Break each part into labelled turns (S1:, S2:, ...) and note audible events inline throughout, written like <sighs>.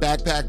S1: Backpack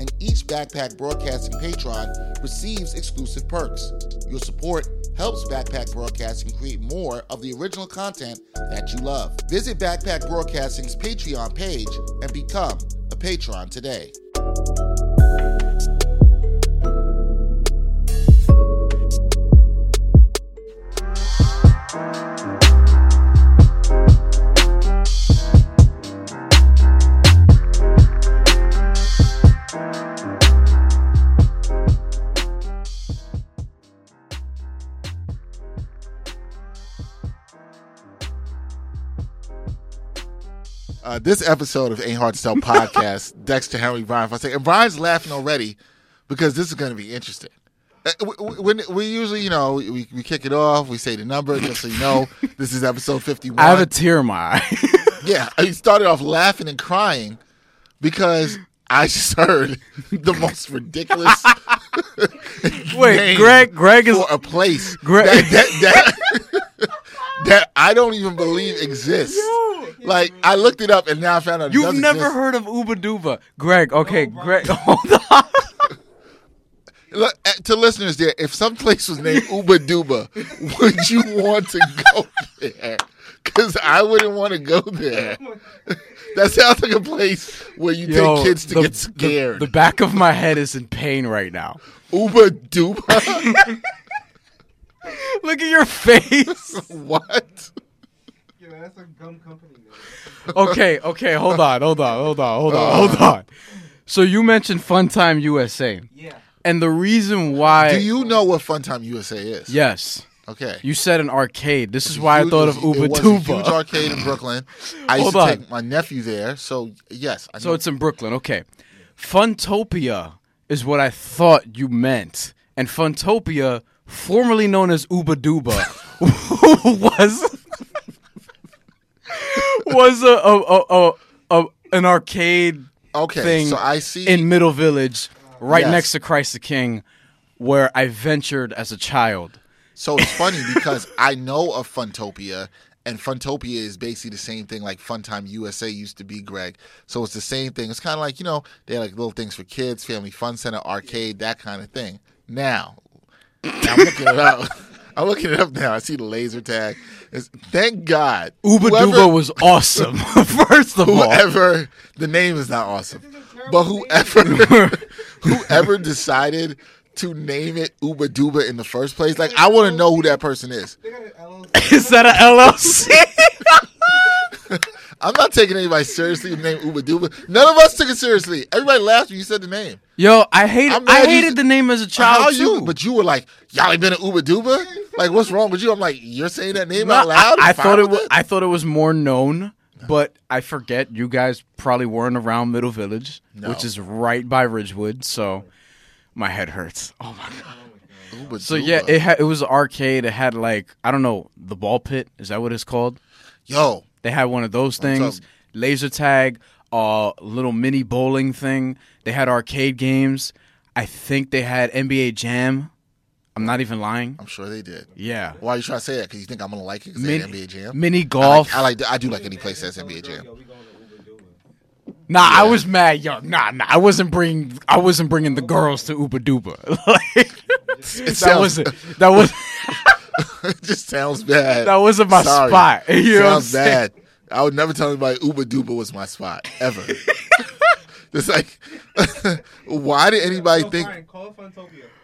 S1: and each Backpack Broadcasting patron receives exclusive perks. Your support helps Backpack Broadcasting create more of the original content that you love. Visit Backpack Broadcasting's Patreon page and become a patron today. Uh, this episode of Ain't Hard to
S2: <laughs>
S1: Sell podcast, Dexter Henry Brian Fonseca. And Brian's laughing already because this is going to be interesting. Uh, w- w- When we usually, you know, we, we kick it off, we say the number just so you
S2: <laughs>
S1: know this is episode fifty-one.
S2: I have a tear in my eye. <laughs>
S1: Yeah, I started off laughing and crying because I just <laughs> heard the most ridiculous
S2: <laughs> Wait,
S1: name
S2: Greg. Greg is
S1: for a place
S2: Greg-
S1: that that, that, <laughs> that I don't even believe exists. Like I looked it up and now I found out it
S2: You've
S1: doesn't
S2: never
S1: exist.
S2: heard of Uba Duba. Greg, okay, Greg. <laughs> Hold on.
S1: Look, uh, to listeners there, if some place was named Uba Duba, would you want to go there? Because I wouldn't want to go there. That sounds like a place where you
S2: Yo,
S1: take kids to
S2: the-
S1: get
S2: the-
S1: scared.
S2: The, back of my head is in pain right now. <laughs>
S1: Uba Duba? <laughs>
S2: Look at
S1: <laughs>
S2: your face.
S1: what?
S3: Yeah, that's a gum company name.
S2: Okay, okay, hold on, hold on, hold on, hold on, hold
S1: Uh.
S2: on. So you mentioned Fun Time USA,
S3: Yeah.
S2: and the reason why.
S1: Do you know what Funtime USA is?
S2: Yes,
S1: Okay.
S2: you said an arcade. This is why I thought of
S1: It was-
S2: Uba
S1: it was a huge
S2: Duba.
S1: arcade in Brooklyn. I used
S2: <laughs> Hold
S1: to
S2: on.
S1: take my nephew there, so yes. I
S2: So
S1: know-
S2: it's in Brooklyn. Okay. Funtopia is what I thought you meant. And Funtopia, formerly known as Uba Duba, <laughs> was was a, a, a, a, a- an arcade
S1: okay.
S2: thing
S1: so I see.
S2: in Middle Village, right
S1: Yes.
S2: next to Christ the King, where I ventured as a child.
S1: So it's funny because I know of Funtopia, and Funtopia is basically the same thing like Funtime USA used to be, Greg. So it's the same thing. It's kind of like, you know, they had like little things for kids, family fun center, arcade, that kind of thing. Now, I'm looking it up. <laughs> I'm looking it up now. I see the laser tag. It's, thank God.
S2: Uba
S1: Whoever-
S2: Duba was awesome, <laughs> first of all.
S1: whoever the name is not awesome, but whoever <laughs> whoever decided to name it Uba Duba in the first place, like I want to know who that person is.
S3: They got an LLC.
S2: Is that
S1: <laughs>
S2: an LLC?
S1: I'm not taking anybody seriously with the name Uba Duba. None of us took it seriously. Everybody laughed when you said the name.
S2: Yo, I hate
S1: I'm mad
S2: I
S1: you-
S2: hated the name as a child
S1: How
S2: too.
S1: you? But you were like, y'all ain't been an Uba Duba. Like, what's wrong with you? I'm like, you're saying that name
S2: No,
S1: out loud.
S2: I, I
S1: You're fine
S2: thought it
S1: with
S2: was I thought it was more known, but I forget you guys probably weren't around Middle Village, which is right by Ridgewood, so my head hurts. Oh my god.
S1: Uba
S2: So
S1: Duba.
S2: yeah, it had, it was an arcade. It had like I don't know the ball pit. Is that what it's called?
S1: yo,
S2: They had one of those things.
S1: up?
S2: Laser tag, uh, little mini bowling thing. They had arcade games. I think they had NBA Jam. I'm not even lying.
S1: I'm sure they did.
S2: Yeah.
S1: Why are you trying to say that? Because you think I'm gonna like it? Because
S2: Mini,
S1: NBA Jam.
S2: mini
S1: I
S2: golf.
S1: like, I like. I do like any place that's NBA Jam.
S3: Yo, we going to Uber Duba.
S2: Nah, I was mad, yo. Nah, nah, I wasn't bringing, I wasn't bringing the girls to Uba Duba. <laughs> like,
S1: It
S2: that
S1: sounds,
S2: wasn't, that was,
S1: it <laughs> just sounds bad.
S2: that wasn't my
S1: Sorry.
S2: spot. <laughs> You know what I'm
S1: sounds
S2: saying? <laughs>
S1: bad. I would never tell anybody Uba Duba was my spot ever. It's like, <laughs> why did anybody
S3: So
S1: think?
S3: fine, call it Funtopia.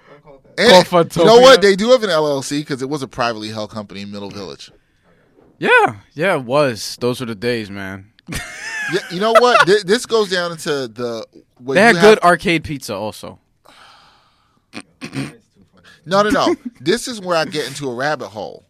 S3: Don't call it
S1: <laughs>
S3: that.
S1: And-
S2: Call
S1: you know what?
S2: Funtopia.
S1: They do have an LLC because it was a privately held company in Middle Village.
S2: <laughs> Yeah, yeah, it was. Those were the days, man.
S1: Yeah, you know what? Th- this goes down into the. what
S2: They
S1: you
S2: had
S1: have-
S2: good arcade pizza also.
S3: It's too funny.
S1: No, no,
S2: <laughs>
S1: no. this is where I get into a rabbit hole,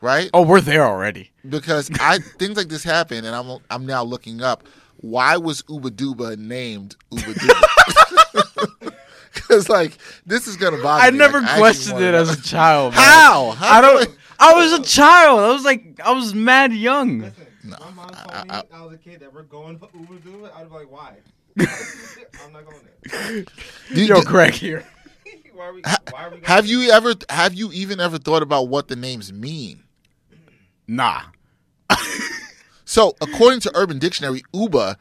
S1: right?
S2: Oh, we're there already.
S1: Because I things like this happen, and I'm I'm now looking up why was Uba Duba named Uba Duba? <laughs> Because like this is gonna bother.
S2: I
S1: me.
S2: never
S1: Like, actually
S2: questioned
S1: wanna
S2: it
S1: know.
S2: as a child. man.
S1: How? How
S2: I
S1: do
S2: don't. I was a child. I was like, I was mad young.
S3: Listen, my mom told me
S1: I-
S3: I, was a kid that we're going for Uber Duba. I'd be
S1: <laughs>
S3: like, why? I'm not going there. <laughs>
S1: Do-
S2: Yo, <laughs>
S1: do-
S2: Craig here.
S3: Why are we? Why are we? Going
S1: have you ever have you even ever thought about what the names mean?
S2: Nah.
S1: So, according to Urban Dictionary, uba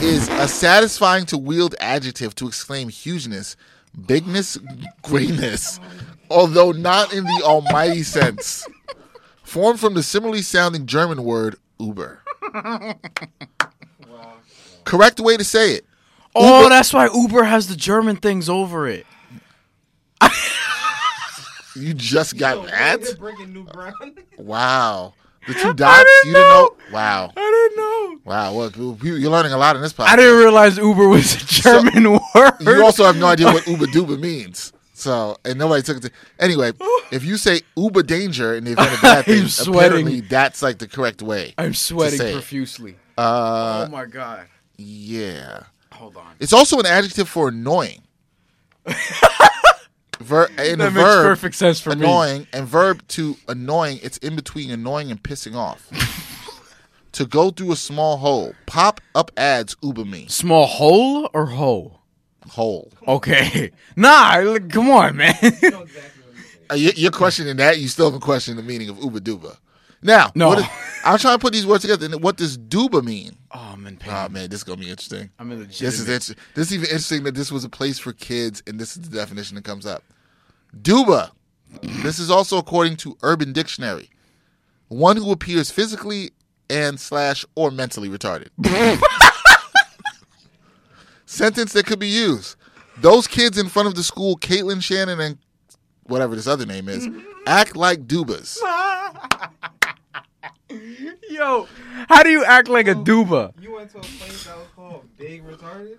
S1: is a satisfying to wield adjective to exclaim hugeness, bigness, greatness, although not in the almighty sense. Formed from the similarly sounding German word uber. Correct way to say it.
S2: Oh, that's why Uber has the German things over it.
S1: You just got that?
S3: You're breaking new ground. <laughs>
S1: Wow. The two dots? You didn't know? Wow.
S2: I didn't know.
S1: Wow. Well, you- you're learning a lot in this podcast.
S2: I didn't realize Uber was a German <laughs> word.
S1: You also have no idea
S2: <laughs>
S1: what Uber Duba means. So, and nobody took it. To, anyway, if you say Uber danger in the event of
S2: <laughs>
S1: bad
S2: I'm
S1: things,
S2: sweating.
S1: apparently that's like the correct way.
S2: I'm sweating
S1: say it.
S2: profusely.
S1: Uh,
S2: oh my god.
S1: yeah.
S2: Hold on.
S1: It's also an adjective for
S2: <laughs>
S1: annoying. Ver- in a
S2: That makes
S1: verb,
S2: perfect sense for me.
S1: annoying, and verb to annoying, it's in between annoying and pissing
S2: <laughs>
S1: off. to go through a small hole. Pop up ads Uber me.
S2: Small hole or hoe?
S1: Hole.
S2: Okay. <laughs> Nah, like, come on, <laughs> man.
S1: Uh, you- You're questioning that. You still haven't questioned the meaning of Uba Duba. Now,
S2: No.
S1: what is- I'm trying to put these words together. And what does Duba mean?
S2: oh, I'm in pain.
S1: Oh man, this is gonna be interesting.
S2: I'm in legitimate.
S1: This is interesting. This is even interesting that this was a place for kids, and this is the definition that comes up. Duba. This is also according to Urban Dictionary, one who appears physically and slash or mentally retarded.
S2: <laughs>
S1: Sentence that could be used. Those kids in front of the school, Caitlin Shannon and whatever this other name
S2: <laughs>
S1: is, act like Dubas.
S2: Yo, how do you act like a duba?
S3: You went to a place that was called Big Retarded.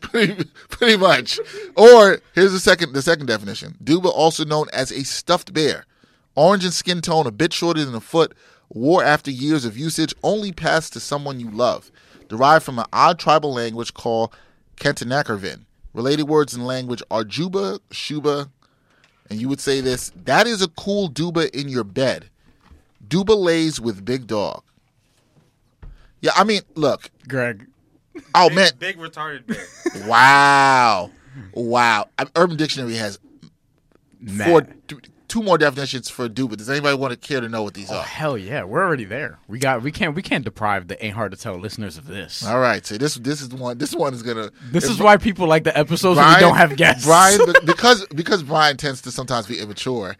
S1: pretty, pretty much. Or here's the second the second definition. Duba, also known as a stuffed bear, orange in skin tone, a bit shorter than a foot, wore after years of usage, only passed to someone you love. Derived from an odd tribal language called Kantanakarvin. Related words in language are Juba, Shuba, and you would say this. That is a cool Duba in your bed. Duba lays with big dog. Yeah, I mean, look.
S2: Greg.
S1: Oh man,
S3: Big Retarded Bear.
S1: Wow. Wow. I- Urban Dictionary has four, th- two more definitions for duba. Does anybody want to care to know what these
S2: Oh,
S1: are?
S2: hell yeah, we're already there. We got we can't we can't deprive the ain't hard to tell listeners of this.
S1: All right. So this this is the one this one is gonna
S2: This
S1: if
S2: is why people like the episodes where we don't have guests. <laughs>
S1: Brian be- because because Brian tends to sometimes be immature.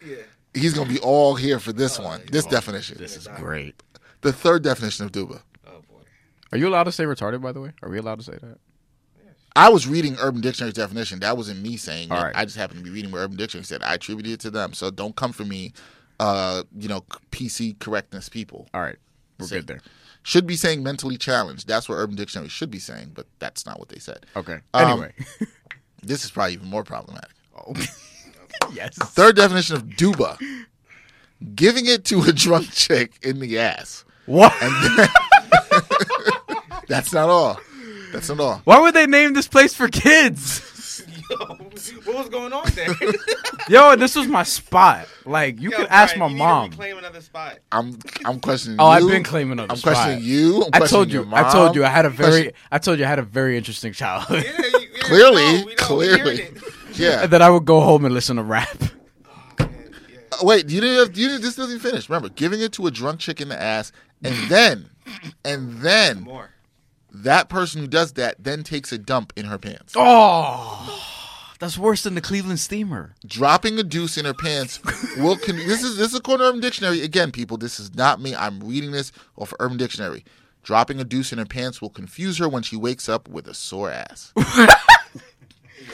S1: He's gonna be all here for this one. This definition.
S2: this is great.
S1: the third definition of duba.
S3: Oh boy.
S2: Are you allowed to say retarded by the way? Are we allowed to say that?
S1: I was reading Urban Dictionary's definition. That wasn't me saying
S2: All
S1: it.
S2: right.
S1: I just happened to be reading what Urban Dictionary said. I attributed it to them. So don't come for me, uh, you know, PC correctness people.
S2: All right. We're
S1: Say-
S2: good there.
S1: should be saying mentally challenged. That's what Urban Dictionary should be saying, but that's not what they said.
S2: Okay.
S1: Um,
S2: Anyway. <laughs>
S1: This is probably even more problematic.
S2: yes.
S1: Third definition of duba giving it to a drunk chick in the ass.
S2: <laughs> What?
S1: That's not all. That's not all.
S2: Why would they name this place for
S3: <laughs>
S2: kids?
S3: Yo, what was going on
S1: <laughs>
S3: there?
S2: Yo, this was my spot. Like you
S3: Yo,
S2: could ask
S3: Brian,
S2: my
S3: you need to
S2: mom.
S3: Reclaim another spot.
S1: I'm I'm questioning
S2: Oh,
S1: you.
S2: I've been claiming on the
S1: I'm questioning
S2: spot.
S1: you. I'm
S2: I
S1: questioning
S2: told
S1: your
S2: you. I told
S1: mom.
S2: you. I had a very.
S1: Question-
S2: I told you I had a very interesting childhood. <laughs>
S3: Yeah, you, yeah,
S1: Clearly,
S3: we know, we know, we
S1: clearly.
S3: heard it.
S1: <laughs> Yeah.
S2: and then I would go home and listen to rap.
S1: Uh, Wait, you didn't have, you didn't, this doesn't finish. Remember, giving it to a drunk chick in the ass and then and then
S3: More.
S1: that person who does that then takes a dump in her pants.
S2: Oh, <sighs> that's worse than the Cleveland Steamer.
S1: dropping a deuce in her pants will con- this is this is according to Urban Dictionary again, people. This is not me. I'm reading this off of Urban Dictionary. Dropping a deuce in her pants will confuse her when she wakes up with a sore
S2: <laughs>
S1: ass.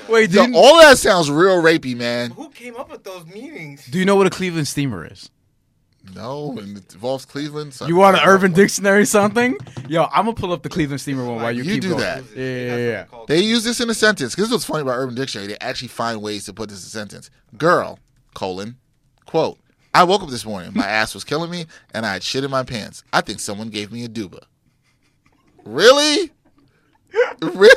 S2: Wait, do
S1: Yo,
S2: you,
S1: all that sounds real rapey, man.
S3: Who came up with those meanings?
S2: do you know what a Cleveland steamer is?
S1: No, and it involves Cleveland. so-
S2: You want an Urban Dictionary something? Yo, I'm gonna pull up the Cleveland steamer one while you,
S1: You
S2: keep
S1: do
S2: going.
S1: that.
S2: Yeah, yeah, yeah, yeah.
S1: They use this in a sentence. This is what's funny about Urban Dictionary. They actually find ways to put this in a sentence. Girl, colon, quote, I woke up this morning. My ass was killing me, and I had shit in my pants. I think someone gave me a duba. Really? <laughs> Really?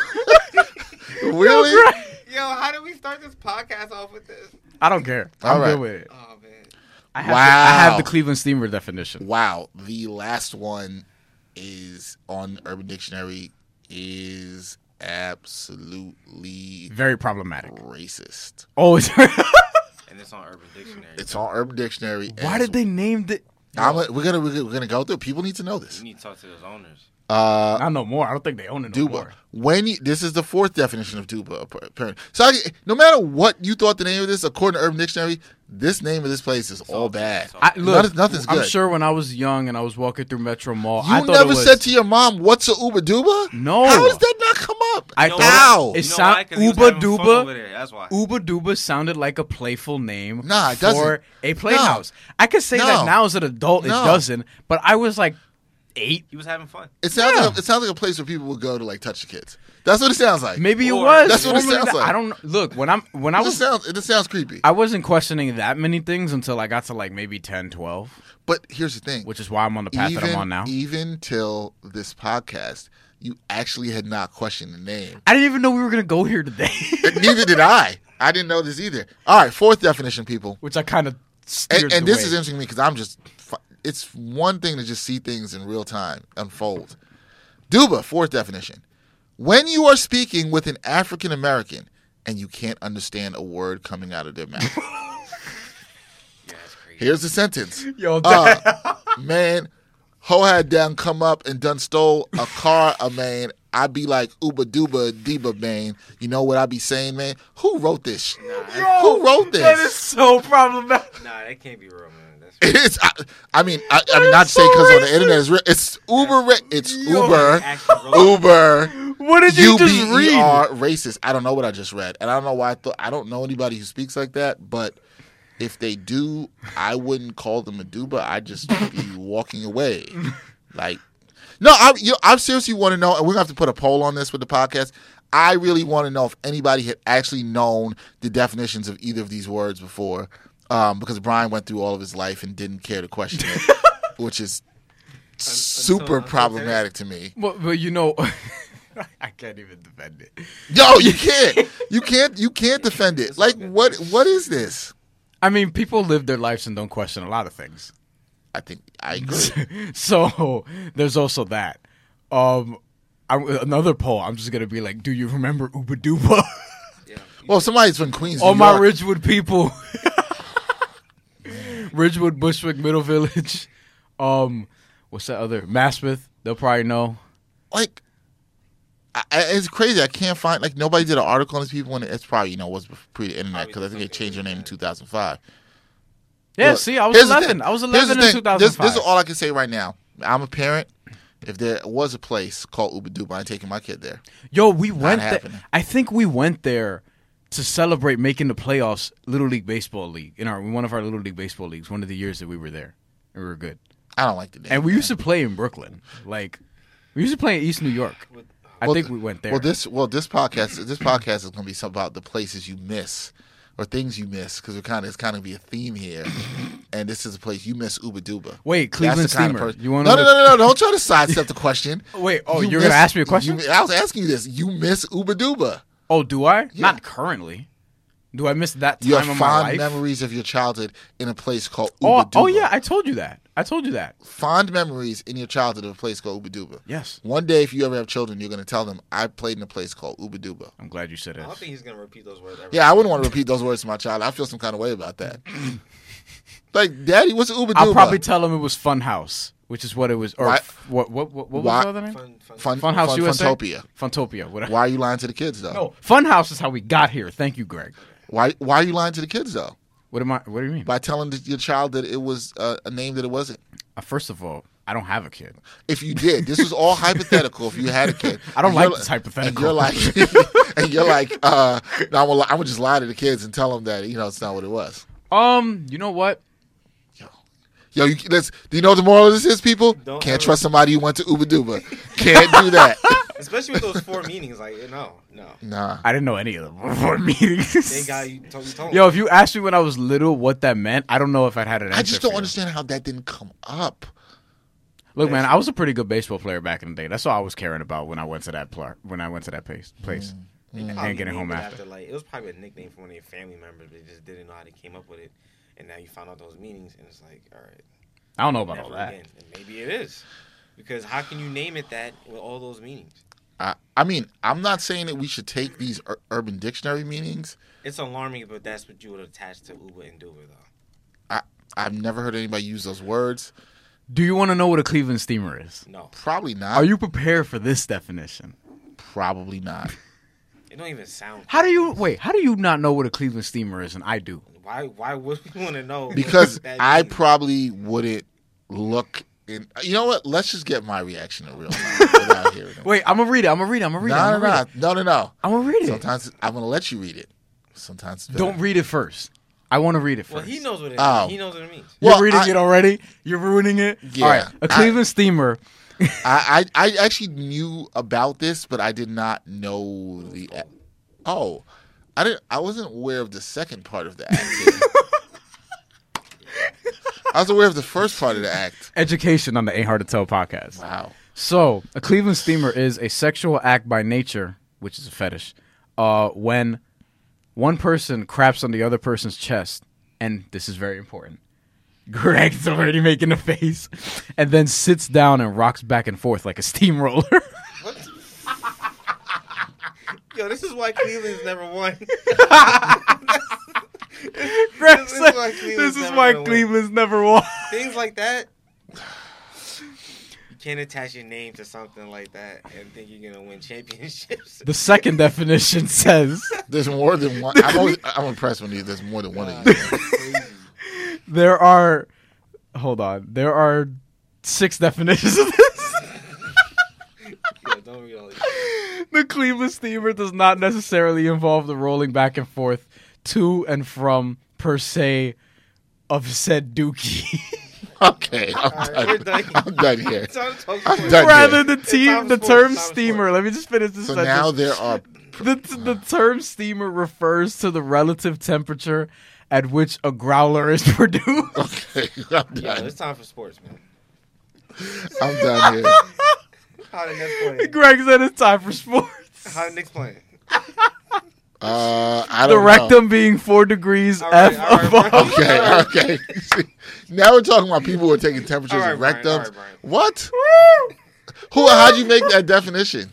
S2: <laughs>
S1: really?
S3: Yo, how did we start this podcast off with this?
S2: I don't care.
S1: All
S2: I'm
S1: right.
S2: good with it.
S3: Oh man.
S2: I have, the, I have
S1: Wow.
S2: the Cleveland steamer definition.
S1: Wow. The last one is on Urban Dictionary is absolutely
S2: Very problematic.
S1: racist.
S2: Oh, it's-
S3: And it's on Urban Dictionary.
S1: It's on Urban Dictionary. and
S2: <laughs> why did they name it?
S1: I'm a, we're gonna we're gonna go through. People need to know this.
S3: You need to talk to those owners.
S2: I know more. I don't think they own it no
S1: Duba.
S2: more.
S1: When you, this is the fourth definition of Duba, app- apparently. So I, no matter what you thought the name of this, according to Urban Dictionary, this name of this place is all bad.
S3: all-
S2: I, look,
S1: Nothing- nothing's
S2: I'm
S1: good.
S2: sure when I was young and I was walking through Metro Mall, I
S1: you
S2: thought it
S1: never
S2: was,
S1: said to your mom, "What's a Uber Duba?"
S2: No.
S1: How does that not come up?
S2: I
S3: know
S2: thought
S3: what?
S1: Ow.
S2: it
S3: You know
S2: sound-
S3: why? 'Cause he was
S2: Uba
S3: having fun
S2: Duba.
S3: over there. That's why.
S2: Uba Duba sounded like a playful name
S1: Nah, it doesn't.
S2: for a playhouse. I could say
S1: No.
S2: that now as an adult, it
S1: No.
S2: doesn't, but I was like eight.
S3: He was having fun.
S1: it sounds like a, it sounds like a place where people would go to like touch the kids. That's what it sounds like.
S2: Maybe it
S3: Or-
S2: was.
S1: That's what it
S2: Formerly
S1: sounds
S2: that-
S1: like.
S2: I don't know. Look, when I'm when I
S1: it just
S2: was
S1: sounds it just sounds creepy.
S2: I wasn't questioning that many things until I got to like maybe 10, 12,
S1: but here's the thing:
S2: which is why I'm on the path that I'm on now.
S1: even e till this podcast, you actually had not questioned the name.
S2: I didn't even know we were gonna go here today, <laughs>
S1: Neither did I. I didn't know this either. All right, fourth definition, people.
S2: which I kind of
S1: And, and this is interesting to me because I'm just. fu- It's one thing to just see things in real time unfold. Duba, fourth definition. When you are speaking with an African American and you can't understand a word coming out of their
S3: <laughs>
S1: mouth.
S3: Yeah, that's crazy.
S1: Here's the sentence.
S2: yo. that-
S1: Uh, <laughs> man, ho had down come up and done stole a car, a man. I be like Uba Duba Diba man. You know what I be saying, man? Who wrote this? shit? Who wrote this?
S2: That is so problematic.
S3: Nah, that can't be real, man. That's
S1: <laughs> It's. I, I mean, I, I mean, not to say because on the internet is real. It's Uber. ra- It's Uber.
S3: actually <laughs> real.
S1: Uber.
S2: What did you
S1: U B
S2: just
S1: E
S2: read?
S1: R racist. I don't know what I just read, and I don't know why I thought. I don't know anybody who speaks like that, but. If they do, I wouldn't call them a duba. I'd just
S2: <laughs>
S1: be walking away. Like, no, I, you know, I seriously want to know, and we're gonna have to put a poll on this with the podcast. I really want to know if anybody had actually known the definitions of either of these words before, um, because Brian went through all of his life and didn't care to question
S2: <laughs>
S1: it, which is super
S3: until
S1: problematic to me.
S2: Well, but you know, <laughs> I can't even defend it.
S1: Yo, you can't, you can't, you can't defend it. Like, what, what is this?
S2: I mean, people live their lives and don't question a lot of things. <laughs>
S1: I think I agree.
S2: So there's also that. Um, I, another poll. I'm just gonna be like, do you remember
S1: <laughs>
S2: Uba Duba?
S3: Yeah.
S1: Well, somebody's from Queens.
S2: All
S1: New
S2: my
S1: York.
S2: Ridgewood people, <laughs> Ridgewood, Bushwick, Middle Village. Um, what's that other? Maspeth. They'll probably know.
S1: like I, I- it's crazy. I can't find like nobody did an article on these people, and it's probably you know was pre the internet because I think they changed their name in 2005.
S2: Yeah.
S1: Look,
S2: see, I was
S1: here's the
S2: 11.
S1: thing.
S2: I was
S1: Here's the
S2: 11 in
S1: thing. This,
S2: 2005.
S1: this is all I can say right now. I'm a parent. If there was a place called Uber Duba, I'm taking my kid there.
S2: Yo, we went there.
S1: happening.
S2: I think we went there to celebrate making the playoffs, Little League Baseball League, in our one of our Little League Baseball leagues, one of the years that we were there. And we were good.
S1: I don't like the name.
S2: And we used to play in Brooklyn. Like, we used to play in East New York. I
S1: Well,
S2: think
S1: th-
S2: we went there.
S1: Well, this well this podcast this podcast is going to be something about the places you miss or things you miss because we're kind of it's kind of be a theme
S2: <coughs>
S1: here, and this is a place you miss Uber Duba.
S2: Wait,
S1: That's the kind of
S2: Cleveland Steamer.
S1: person-
S2: You want
S1: no, no, no, no, no! Don't try to sidestep the question.
S2: <laughs> Wait, oh, you're gonna ask me a question?
S1: you- I was asking you this. You miss Uber Duba.
S2: Oh, do I? Not currently. Do I miss that
S1: You
S2: time
S1: have
S2: of my life?
S1: fond memories of your childhood in a place called Uber
S2: oh,
S1: Duba.
S2: oh yeah, I told you that. I told you that.
S1: fond memories in your childhood of a place called Uber Duba.
S2: Yes.
S1: One day, if you ever have children, you're going to tell them I played in a place called Uber Duba.
S2: I'm glad you said
S3: I
S2: it.
S3: don't think he's gonna repeat those words ever.
S1: Yeah, I wouldn't want to repeat those words to my child. I feel some kind of way about that. <clears throat> like, Daddy, what's Uber
S2: I'll
S1: Duba?
S2: probably tell him it was Funhouse, which is what it was. Or
S1: Why-
S2: f- what, what, what, what
S1: why-
S2: was the other name?
S3: Fun, fun.
S1: Fun,
S2: Funhouse
S1: Fun-
S2: USA?
S1: Funtopia.
S2: Funtopia, whatever.
S1: Why are you lying to the kids though?
S2: No, Funhouse is how we got here. Thank you, Greg.
S1: Why Why are you lying to the kids though?
S2: What am I? What do you mean?
S1: By telling the, your child that it was uh, a name that it wasn't.
S2: Uh, first of all, I don't have a kid.
S1: If you did, this is
S2: <laughs>
S1: all hypothetical. If you had a kid,
S2: I don't
S1: And
S2: like
S1: you're-
S2: this hypothetical.
S1: And you're like, <laughs>
S2: <laughs>
S1: and you're like, uh, no, I'm gonna, I'm gonna just lie to the kids and tell them that you know it's not what it was.
S2: Um, you know what?
S1: Yo, you, let's. Do you know what the moral of this is, people?
S3: Don't
S1: Can't
S3: ever-
S1: trust somebody you went to Uber Duba. Can't do
S3: <laughs>
S1: that.
S3: Especially with those <laughs> four meanings, like no, no,
S1: nah.
S2: I didn't know any of <laughs> them before meetings.
S3: they got you. Told, you told
S2: Yo,
S3: <laughs> them.
S2: if you asked me when I was little what that meant, I don't know if I'd had an answer.
S1: I just
S2: for
S1: don't
S2: you.
S1: understand how that didn't come up.
S2: Look, man, I was a pretty good baseball player back in the day. That's all I was caring about when I went to that pl- when I went to that place. Place.
S3: They
S1: Mm.
S3: probably
S2: And getting
S3: named
S2: home
S3: it
S2: after.
S3: Like it was probably a nickname for one of your family members, but they just didn't know how they came up with it. And now you found out those meanings, and it's like, all right,
S2: I don't know about all
S3: never
S2: that.
S3: again. And maybe it is, because how can you name it that with all those meanings?
S1: I, I mean, I'm not saying that we should take these ur- Urban Dictionary meanings.
S3: It's alarming, but that's what you would attach to Uber and Duber, though.
S1: I, I've never heard anybody use those words.
S2: Do you want to know what a Cleveland steamer is?
S3: No,
S1: Probably not.
S2: Are you prepared for this definition?
S1: Probably
S2: <laughs>
S1: not.
S3: it don't even sound.
S2: How do you wait? How do you not know what a Cleveland steamer is? And I do.
S3: Why? Why would we want to know?
S1: Because
S3: what that
S1: I
S3: means?
S1: probably wouldn't look in. You know what? Let's just get my reaction in real time
S2: <laughs>
S1: without hearing it.
S2: Wait, I'm gonna read it. I'm gonna read it. I'm gonna read it. I'm
S1: No, no,
S2: gonna read
S1: no,
S2: it.
S1: no, no, no.
S2: I'm gonna read it.
S1: Sometimes I'm gonna let you read it. Sometimes it's better.
S2: Don't read it first. I want to read it first.
S3: Well, he knows what it.
S1: Oh.
S3: He knows what it means.
S2: You're
S1: Well,
S2: reading
S1: I-
S2: it already. You're ruining it.
S1: Yeah.
S2: All right. A
S1: I-
S2: Cleveland steamer.
S1: I, I I actually knew about this, but I did not know the. a- Oh, I didn't. I wasn't aware of the second part of the act. I was aware of the first part of the act.
S2: Education on the Ain't Hard to Tell podcast.
S1: Wow.
S2: So, a Cleveland steamer is a sexual act by nature, which is a fetish, uh, when one person craps on the other person's chest, and this is very important. Greg's already making a face, and then sits down and rocks back and forth like a steamroller. <laughs>
S3: <laughs> What? Yo, this is why Cleveland's never won.
S2: Greg
S3: This is
S2: said,
S3: why
S2: this
S3: Cleveland's
S2: is
S3: never
S2: why
S3: gonna win."
S2: Cleveland's never
S3: <laughs>
S2: won.
S3: <laughs> Things like that. You can't attach your name to something like that and think you're gonna win championships. <laughs>
S2: The second definition says
S1: There's more than one. I'm, always, I'm impressed when you, there's more than one of you.
S2: there are. Hold on. There are six definitions of this.
S3: Yo, don't read all this.
S2: the Cleveland steamer does not necessarily involve the rolling back and forth to and from per se of
S1: <laughs>
S2: said dookie.
S1: Okay, I'm
S3: right, we're
S1: done.
S3: done.
S1: I'm done here.
S3: Time to talk
S1: I'm
S3: sports.
S1: done.
S2: Rather the
S3: Time
S2: team
S3: for
S2: the
S3: sports,
S2: term
S3: time for
S2: steamer.
S3: sports.
S2: Let me just finish this
S1: So
S2: sentence.
S1: now there are. <laughs>
S2: the, the term steamer refers to the relative temperature at which a growler is <laughs> produced.
S1: Okay, I'm
S3: Yo,
S1: done.
S3: it's time for sports, man.
S1: I'm done here.
S3: How the Knicks
S1: <laughs>
S3: playing?
S2: Greg said it's time for sports.
S3: How the Knicks playing?
S1: Uh, I
S2: The
S1: don't know.
S2: rectum being four degrees
S3: All
S2: F
S3: right, all right,
S2: above.
S3: bro.
S1: Okay, okay. <laughs> now we're talking about people who are taking temperatures
S3: All
S1: and
S3: right, Brian, all
S1: rectums.
S3: right, Brian.
S1: what? Who? How'd you make that definition?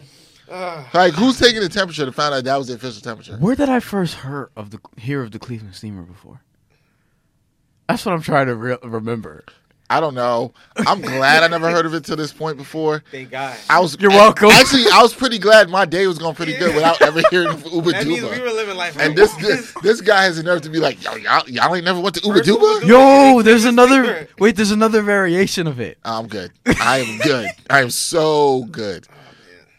S3: Ugh.
S1: Like, who's taking the temperature to find out that was the official temperature?
S2: Where did I first hear of the hear of the Cleveland steamer before? That's what I'm trying to re- remember.
S1: I don't know. I'm glad I never heard of it to this point before.
S3: Thank God.
S1: I was.
S2: You're welcome. <laughs>
S1: Actually, I was pretty glad my day was going pretty good without ever hearing
S3: <laughs>
S1: of Uber
S3: That means we were
S1: Duba.
S3: living life.
S1: And
S3: <laughs>
S1: this, this this guy has the nerve to be like, yo, y'all, y'all ain't never went to Uber
S3: First Uber
S1: Duba.
S3: Duba.
S2: Yo, there's
S3: Cleveland
S2: another
S3: steamer.
S2: wait. There's another variation of it.
S1: I'm good. I am good. I am so
S3: <laughs> Oh,
S1: good.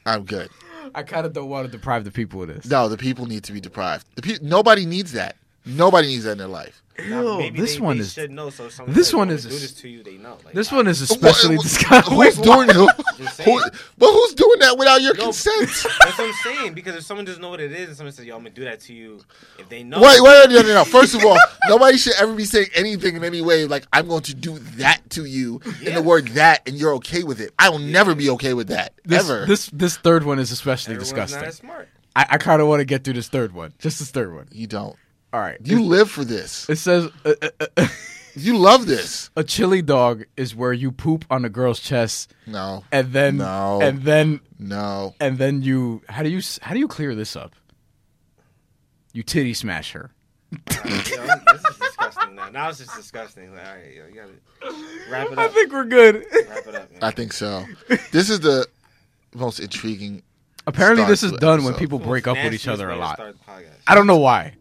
S1: I'm good.
S2: I kind of don't want to deprive the people of this.
S1: No, the people need to be deprived. The pe- nobody needs that. Nobody needs that in their life.
S3: Now,
S2: Ew,
S3: maybe
S2: this
S3: they-
S2: one
S3: they
S2: is
S3: should know, so someone
S2: this
S3: says,
S2: one
S3: "Yo,
S2: is a
S3: we do
S2: s-
S3: this to you. They know. Like,
S2: this
S3: I-
S2: one is especially
S1: Wha-
S2: disgusting.
S1: Who's
S2: <laughs>
S1: doing
S3: Just
S1: who,
S3: saying.
S1: But who's doing that without your
S3: No.
S1: consent?
S3: <laughs> That's what I'm saying. Because if someone doesn't know what it is, and someone says, "Yo, I'm gonna do that to you," if they know,
S1: Wait, wait, wait, no, no, no. First of all, nobody should ever be saying anything in any way like "I'm going to do that to you" in
S3: Yeah.
S1: the word "that," and you're okay with it. I will never be okay with that
S2: This,
S1: ever.
S2: this this third one is especially
S3: everyone's
S2: disgusting.
S3: Not as smart.
S2: I, I kind of want to get through this third one, just this third one.
S1: you don't.
S2: All right.
S1: You live for this.
S2: it says uh, uh, uh,
S1: You love this.
S2: a chili dog is where you poop on a girl's chest
S1: No,
S2: and then
S1: No.
S2: and then
S1: no.
S2: and then you how do you s- how do you clear this up? You titty smash her.
S3: Yo, this is disgusting. Now, now it's just disgusting. Like, all right, yo, you gotta wrap it up.
S2: we're good.
S3: wrap it up, man.
S1: I think so. This is the most intriguing.
S2: Apparently,
S1: Start
S2: this is
S1: to
S2: done when
S1: episode.
S2: people break up with each
S3: Nastiest
S2: other
S3: way
S2: a
S3: to
S2: lot.
S3: start the podcast.
S2: I don't know why.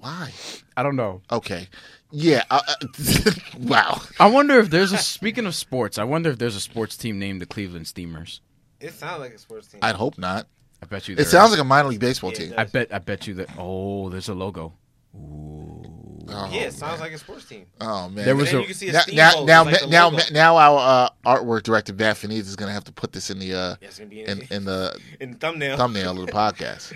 S1: Why?
S2: I don't know.
S1: Okay. Yeah. Uh, uh, <laughs> wow.
S2: I wonder if there's a speaking of sports. I wonder if there's a sports team named the Cleveland Steamers.
S3: It sounds like a sports team.
S1: I'd hope not.
S2: I bet you.
S1: It sounds like a minor league baseball
S3: Yeah,
S1: team.
S3: it
S2: I bet. I bet you that. Oh, there's a logo. <laughs> Ooh.
S1: Oh,
S3: yeah, it sounds like a sports team.
S1: oh man.
S2: There was-
S3: And then
S2: a-
S3: you can see a
S1: now
S3: steamboat.
S1: now now,
S3: with, like, the
S1: now,
S3: logo.
S1: now our uh, artwork director Matt Finese is gonna have to put this in the uh,
S3: Yeah, it's gonna be in,
S1: in in
S2: <laughs>
S1: the
S3: in the thumbnail.
S1: thumbnail of the podcast.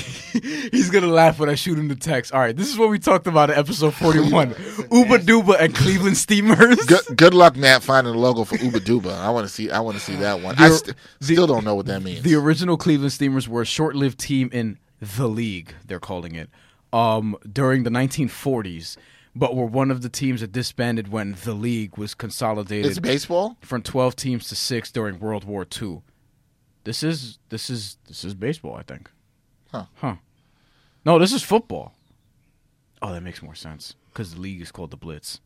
S2: He's gonna laugh when I shoot him the text. All right, this is what we talked about in episode
S1: <laughs>
S2: 41: Uba Duba and Cleveland Steamers.
S1: Good, good luck, Matt, finding the logo for Uba Duba. I want to see. I want to see that one. I
S2: The-
S1: st- still don't know what that means.
S2: The original Cleveland Steamers were a short-lived team in the league, they're calling it, um, during the 1940s, but were one of the teams that disbanded when the league was consolidated
S1: it's baseball.
S2: from 12 teams to six during World War II. This is this is this is baseball, I think.
S1: Huh.
S2: Huh. No, this is football. Oh, that makes more sense because the league is called the Blitz.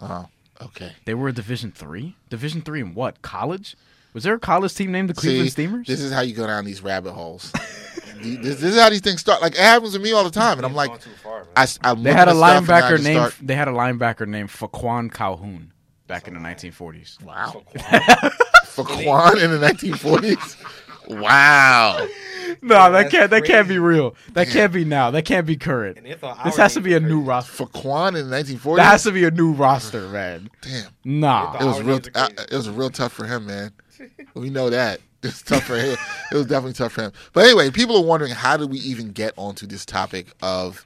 S1: Oh, okay.
S2: They were a Division Three. Division Three in what? College? Was there a college team named the Cleveland
S1: See,
S2: Steamers?
S1: This is how you go down these rabbit holes. <laughs> Th- this, this is how these things start. Like it happens to me all the time, and I'm like,
S3: Gone too far, man.
S1: I, s- I
S2: they had a linebacker named They had a linebacker named Faquan Calhoun back in the <laughs> 1940s.
S1: Wow,
S3: Fuck.
S2: <laughs>
S1: for Quan in the 1940s. Wow.
S2: No, that
S3: that's
S2: can't that can't be
S3: crazy.
S2: real. That can't be now. That can't be current.
S3: And they thought
S2: This
S3: our
S2: has to
S3: names
S2: be
S3: were
S2: a new
S3: crazy.
S2: roster.
S1: For Quan in the 1940s.
S2: That has to be a
S1: <laughs>
S2: new roster, man.
S1: Damn,
S2: Nah.
S1: it was
S3: Our
S1: real.
S3: names are
S1: I,
S3: crazy.
S1: it was real tough for him, man. We know that. It's tough for him. It was definitely tough for him. But anyway, people are wondering how did we even get onto this topic of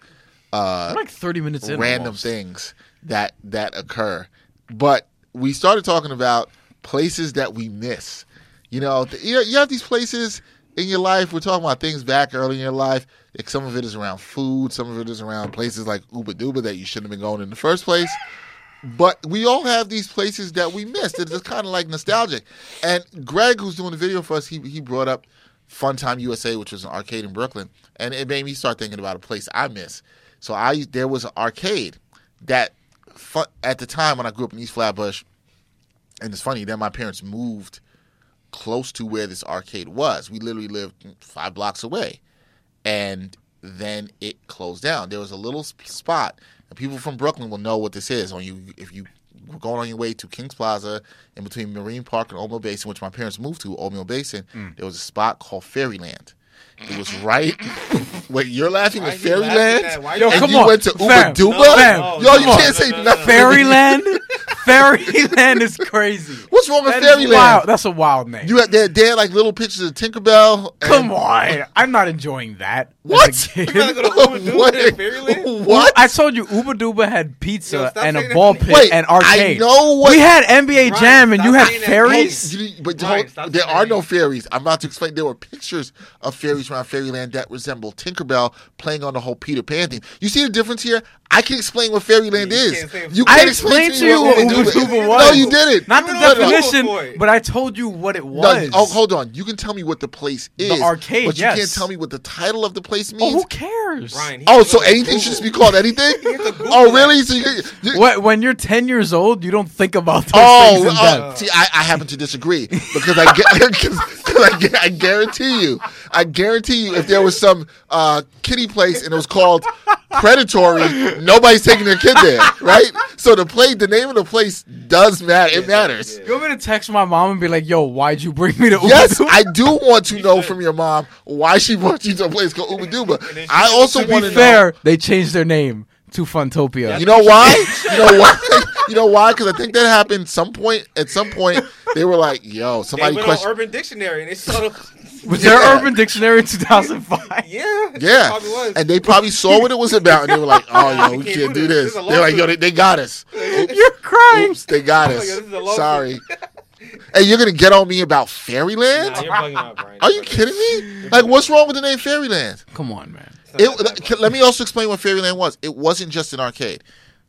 S1: uh,
S2: We're like 30 minutes in.
S1: random
S2: almost.
S1: things that that occur. But we started talking about places that we miss. You know, th- you, you have these places in your life. We're talking about things back early in your life. Like some of it is around food. Some of it is around places like Uba Duba that you shouldn't have been going in the first place. But we all have these places that we missed. It's just kind of like nostalgic. And Greg, who's doing the video for us, he he brought up Fun Time USA, which was an arcade in Brooklyn, and it made me start thinking about a place I miss. So I there was an arcade that fun, at the time when I grew up in East Flatbush, and it's funny. Then my parents moved close to where this arcade was. We literally lived five blocks away, and then it closed down. There was a little sp- spot, and people from Brooklyn will know what this is. On you, if you were going on your way to Kings Plaza, in between Marine Park and Old Mill Basin, which my parents moved to Old Mill Basin, there was a spot called Fairyland. It was right. Wait, you're laughing
S3: Why
S1: at
S3: you laughing at
S1: Fairyland?
S3: that? Why
S2: Yo,
S3: you-
S1: and
S2: come
S1: you
S2: on,
S1: went to Uba
S2: fam,
S1: Duba?
S2: fam,
S1: Yo, you
S2: come on.
S1: can't say
S3: No, no, no,
S1: nothing. <laughs>
S2: Fairyland? Fairyland is crazy.
S1: What's wrong with
S2: That is
S1: Fairyland?
S2: wild. That's a wild name.
S1: You had they they had like little pictures of Tinkerbell. and-
S2: Come on. I'm not enjoying that. as a
S1: What?
S2: kid.
S1: <laughs>
S3: You gotta go to Uba Duba
S1: what?
S3: <laughs> and Fairyland?
S1: What?
S2: I told you Uba Duba had
S3: Yo,
S2: pizza
S3: stop
S2: and a
S3: saying that
S2: ball
S3: to me.
S2: pit
S1: Wait,
S2: and
S1: I
S2: arcade.
S1: know what-
S2: we had NBA
S3: Ryan,
S2: Jam and
S3: stop
S2: you had
S3: saying that.
S2: fairies.
S1: You didn't- but
S3: Ryan,
S1: hold-
S3: stop
S1: there
S3: saying
S1: are
S3: that.
S1: no fairies. I'm about to explain. There were pictures of fairies around Fairyland that resemble Tinkerbell playing on the whole Peter Pan theme. You see the difference here? I can explain what Fairyland
S3: Yeah, you
S1: is.
S3: can't explain-
S1: You
S2: I
S1: can't explain
S2: explained to you what Uba Duba was.
S1: No, you didn't.
S2: Not the
S3: You were the
S2: definition,
S3: little boy.
S2: but I told you what it
S1: No,
S2: was.
S1: oh, hold on. You can tell me what the place is.
S2: arcade,
S1: But you
S2: yes.
S1: can't tell me what the title of the place
S2: Oh,
S1: means.
S2: who cares?
S3: Ryan, he
S1: Oh,
S3: has to
S1: so
S3: go to
S1: anything should
S3: Google.
S1: just be called anything? oh, really? So you, you,
S2: What, when you're 10 years old, you don't think about those things
S1: Oh,
S2: in
S1: oh,
S2: depth.
S1: see, I, I happen to disagree because I, gu- <laughs> 'cause- 'cause I, gu- I guarantee you, I guarantee you, if there was some uh, kitty place and it was called Predatory, nobody's taking their kid there, right? So the play, the name of the place does matter. It matters.
S3: yeah.
S2: You want me to text my mom and be like, yo, why'd you bring me to Uba
S1: Yes,
S2: Duba?
S1: I do want to know from your mom why she brought you to a place called Uba
S3: And
S1: Duba.
S3: then
S1: I
S3: she-
S1: also
S3: to
S2: to
S1: want
S2: be
S1: to
S2: fair, they changed their name to Funtopia.
S1: You know why? You know why? <laughs> You know why? Because I think that happened some point. At some point, they were like, "Yo,
S3: They
S1: somebody
S3: went on
S1: questioned."
S3: Urban Dictionary and they saw the. <laughs>
S2: was there
S1: Yeah.
S2: Urban Dictionary in 2005?
S3: Yeah, it
S1: Yeah,
S3: probably was.
S1: and they probably saw what it was about, and they were
S3: <laughs>
S1: like, "Oh, yo,
S3: We
S1: we
S3: can't
S1: can't
S3: do
S1: do this."
S3: this. This is a
S1: They're like, "Yo, they,
S3: lawsuit.
S1: they got
S3: <laughs>
S1: us.
S2: You're crying.
S1: Oops, they got
S3: Oh, yo, this is a
S1: us.
S3: lawsuit. <laughs>
S1: Sorry." Hey, you're gonna get on me about Fairyland?
S3: Nah, you're bugging out, Brian.
S1: Are you kidding me? Like, what's wrong with the name Fairyland?
S2: Come on, man.
S1: It, can- let me also explain what Fairyland was. It wasn't just an arcade.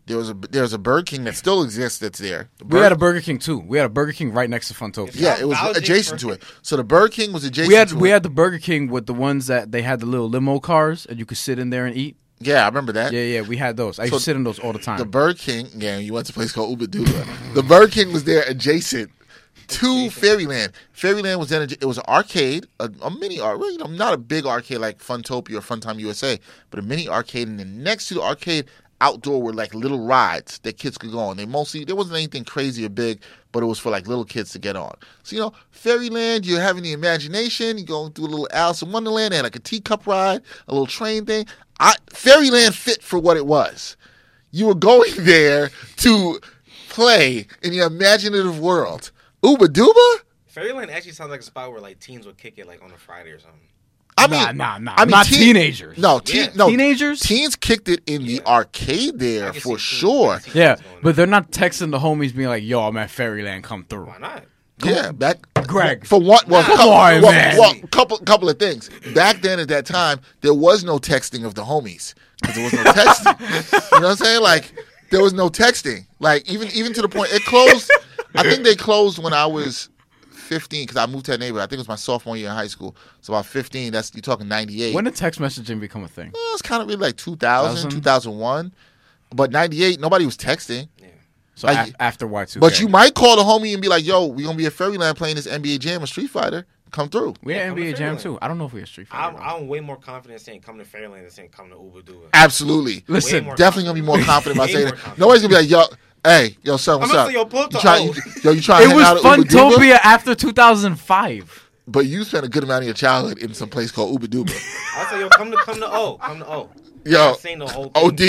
S1: There was a there was a Burger King that still exists. That's there. The
S2: We
S1: Burger-
S2: had a Burger King too. We had a Burger King right next to Funtopia.
S1: Yeah, it was
S3: Vouching
S1: adjacent
S3: for-
S1: to it. So the Burger King was adjacent
S2: We had
S1: to
S2: we
S1: it.
S2: had the Burger King with the ones that they had the little limo cars and you could sit in there and eat.
S1: yeah, I remember that.
S2: Yeah, yeah, we had those. I used
S1: So
S2: to sit in those all the time.
S1: The Burger King, yeah, you went to a place called Uba Duba. the Burger King was there adjacent to Fairyland. Fairyland was then a, it was an arcade, a, a mini arcade, you know, not a big arcade like Funtopia or Funtime USA, but a mini arcade. And then next to the arcade, outdoor were like little rides that kids could go on. They mostly there wasn't anything crazy or big, but it was for like little kids to get on. So you know, Fairyland, you're having the imagination. You go through a little Alice in Wonderland. They had like a teacup ride, a little train thing. I, Fairyland fit for what it was. You were going <laughs> there to play in your imaginative world. Uba Duba?
S3: Fairyland actually sounds like a spot where like teens would kick it like on a Friday or something.
S1: I
S2: Nah,
S1: mean,
S2: nah, nah.
S1: I mean,
S2: Not
S1: teen-
S2: teenagers.
S1: No, teen,
S3: Yeah.
S1: no,
S2: Teenagers?
S1: Teens kicked it in the arcade
S3: I
S1: there
S3: can
S1: for
S3: see teens- I
S1: sure.
S3: can see
S2: Yeah,
S3: teens going
S2: but
S3: there.
S2: they're not texting the homies being like, "Yo, I'm at Fairyland, come through."
S3: why not?
S1: Yeah, back
S2: Greg.
S1: For one, well,
S2: Come
S1: couple,
S2: on,
S1: well,
S2: man.
S1: well, couple, couple of things. Back then, at that time, there was no texting of the homies because there was no
S2: <laughs>
S1: texting. you know what I'm saying? Like there was no texting. Like even even to the point it closed. I think they closed when I was 15 because I moved to that neighborhood. I think it was my sophomore year in high school. So about 15. That's you're talking 98.
S2: When did text messaging become a thing?
S1: Well, it's kind of really like 2000,
S2: 2000?
S1: 2001. But 98, nobody was texting.
S3: Yeah.
S2: So
S1: Like-
S2: af- after Y2K.
S1: But you might call the homie and be like, yo, we going to be at Fairyland playing this NBA Jam or Street Fighter. Come through.
S2: we
S3: Yeah,
S2: had
S3: come
S2: NBA
S3: to
S2: Jam
S3: Fairyland.
S2: too. I don't know if we had Street Fighter.
S3: I'm,
S2: though.
S3: I'm way more confident saying come to Fairyland than saying come to Uber Dua.
S1: Absolutely.
S2: Listen,
S3: more
S1: Definitely going to be more confident
S3: <laughs>
S1: about
S3: Way
S1: saying
S3: more
S1: that.
S3: confident.
S1: Nobody's going to be like, yo, hey, yo, son, what's
S3: I'm
S1: up?
S3: gonna say, yo, oh. pull up
S1: you
S3: to
S1: try,
S3: O.
S1: yo, you trying
S2: it
S1: to
S2: was
S1: hang out at Uba Duba?
S2: Funtopia after 2005.
S1: But you spent a good amount of your childhood in some place called Uba
S3: <laughs>
S1: Duba.
S3: I say yo, come to come to O, come to O.
S1: Yo,
S3: I'm saying the whole thing.
S1: OD.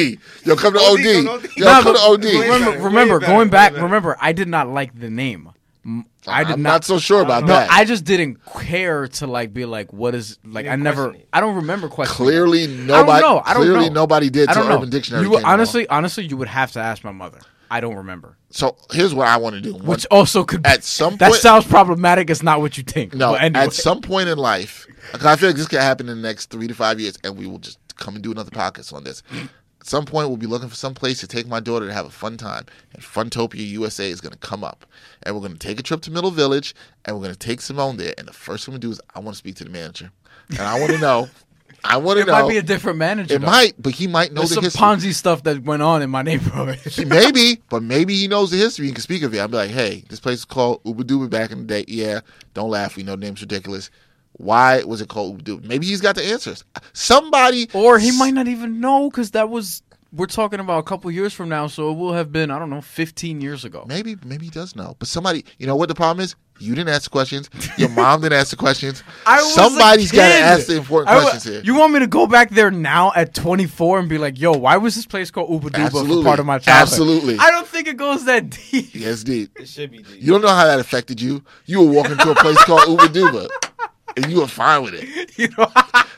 S1: Yo, come to
S3: OD,
S1: OD.
S3: come to OD.
S1: Yo,
S3: Nah,
S1: come
S2: but
S1: to OD.
S3: Wait,
S2: Remember,
S3: better,
S2: remember
S3: way better,
S2: going
S3: way
S2: back.
S3: better.
S2: Remember, I did not like the name. M- I did
S1: I'm not so sure about
S2: No,
S1: that.
S2: I just didn't care to like be like, what is like?
S3: You
S2: I
S3: didn't
S2: never.
S3: question it.
S2: I don't remember questioning. it.
S1: Clearly
S2: I
S1: nobody.
S2: don't know. I don't
S1: clearly
S2: know.
S1: nobody did.
S2: I
S1: till
S2: don't know.
S1: Urban Dictionary.
S2: You would-
S1: came along.
S2: honestly, honestly, you would have to ask my mother. I don't remember.
S1: So here's what I want to do. One-
S2: Which also could
S1: At some
S2: that
S1: point-
S2: sounds problematic. It's not what you think.
S1: no,
S2: but anyway.
S1: at some point in life, 'cause I feel like this could happen in the next three to five years, and we will just come and do another podcast on this. At some point, we'll be looking for some place to take my daughter to have a fun time, and Funtopia USA is going to come up, and we're going to take a trip to Middle Village, and we're going to take Simone there. And the first thing we do is I want to speak to the manager, and I want to know. I want to
S2: it
S1: know.
S2: might be a different manager.
S1: it
S2: though.
S1: might, but he might know
S2: There's
S1: the
S2: some
S1: history.
S2: Ponzi stuff that went on in my neighborhood. <laughs>
S1: He- maybe, but maybe he knows the history and can speak of it. I'll be like, hey, this place is called Uba Duba back in the day. Yeah, don't laugh. We know the name's ridiculous. Why was it called Uba Duba? Maybe he's got the answers. Somebody.
S2: or he might not even know because that was we're talking about a couple years from now, so it will have been I don't know 15 years ago.
S1: Maybe, maybe he does know. But somebody, you know what the problem is? You didn't ask the questions. Your mom didn't ask the questions.
S2: <laughs> I was
S1: Somebody's
S2: got
S1: to ask the important questions here.
S2: You want me to go back there now at 24 and be like, "Yo, why was this place called Uba Duba
S1: Absolutely.
S2: for part of my childhood?"
S1: Absolutely.
S2: I don't think it goes that deep. <laughs>
S1: yes, dude.
S3: It should be G.
S1: You don't know how that affected you. You were walking to a place called Uba Duba, and you were fine with it.
S2: You
S1: <laughs>
S2: know,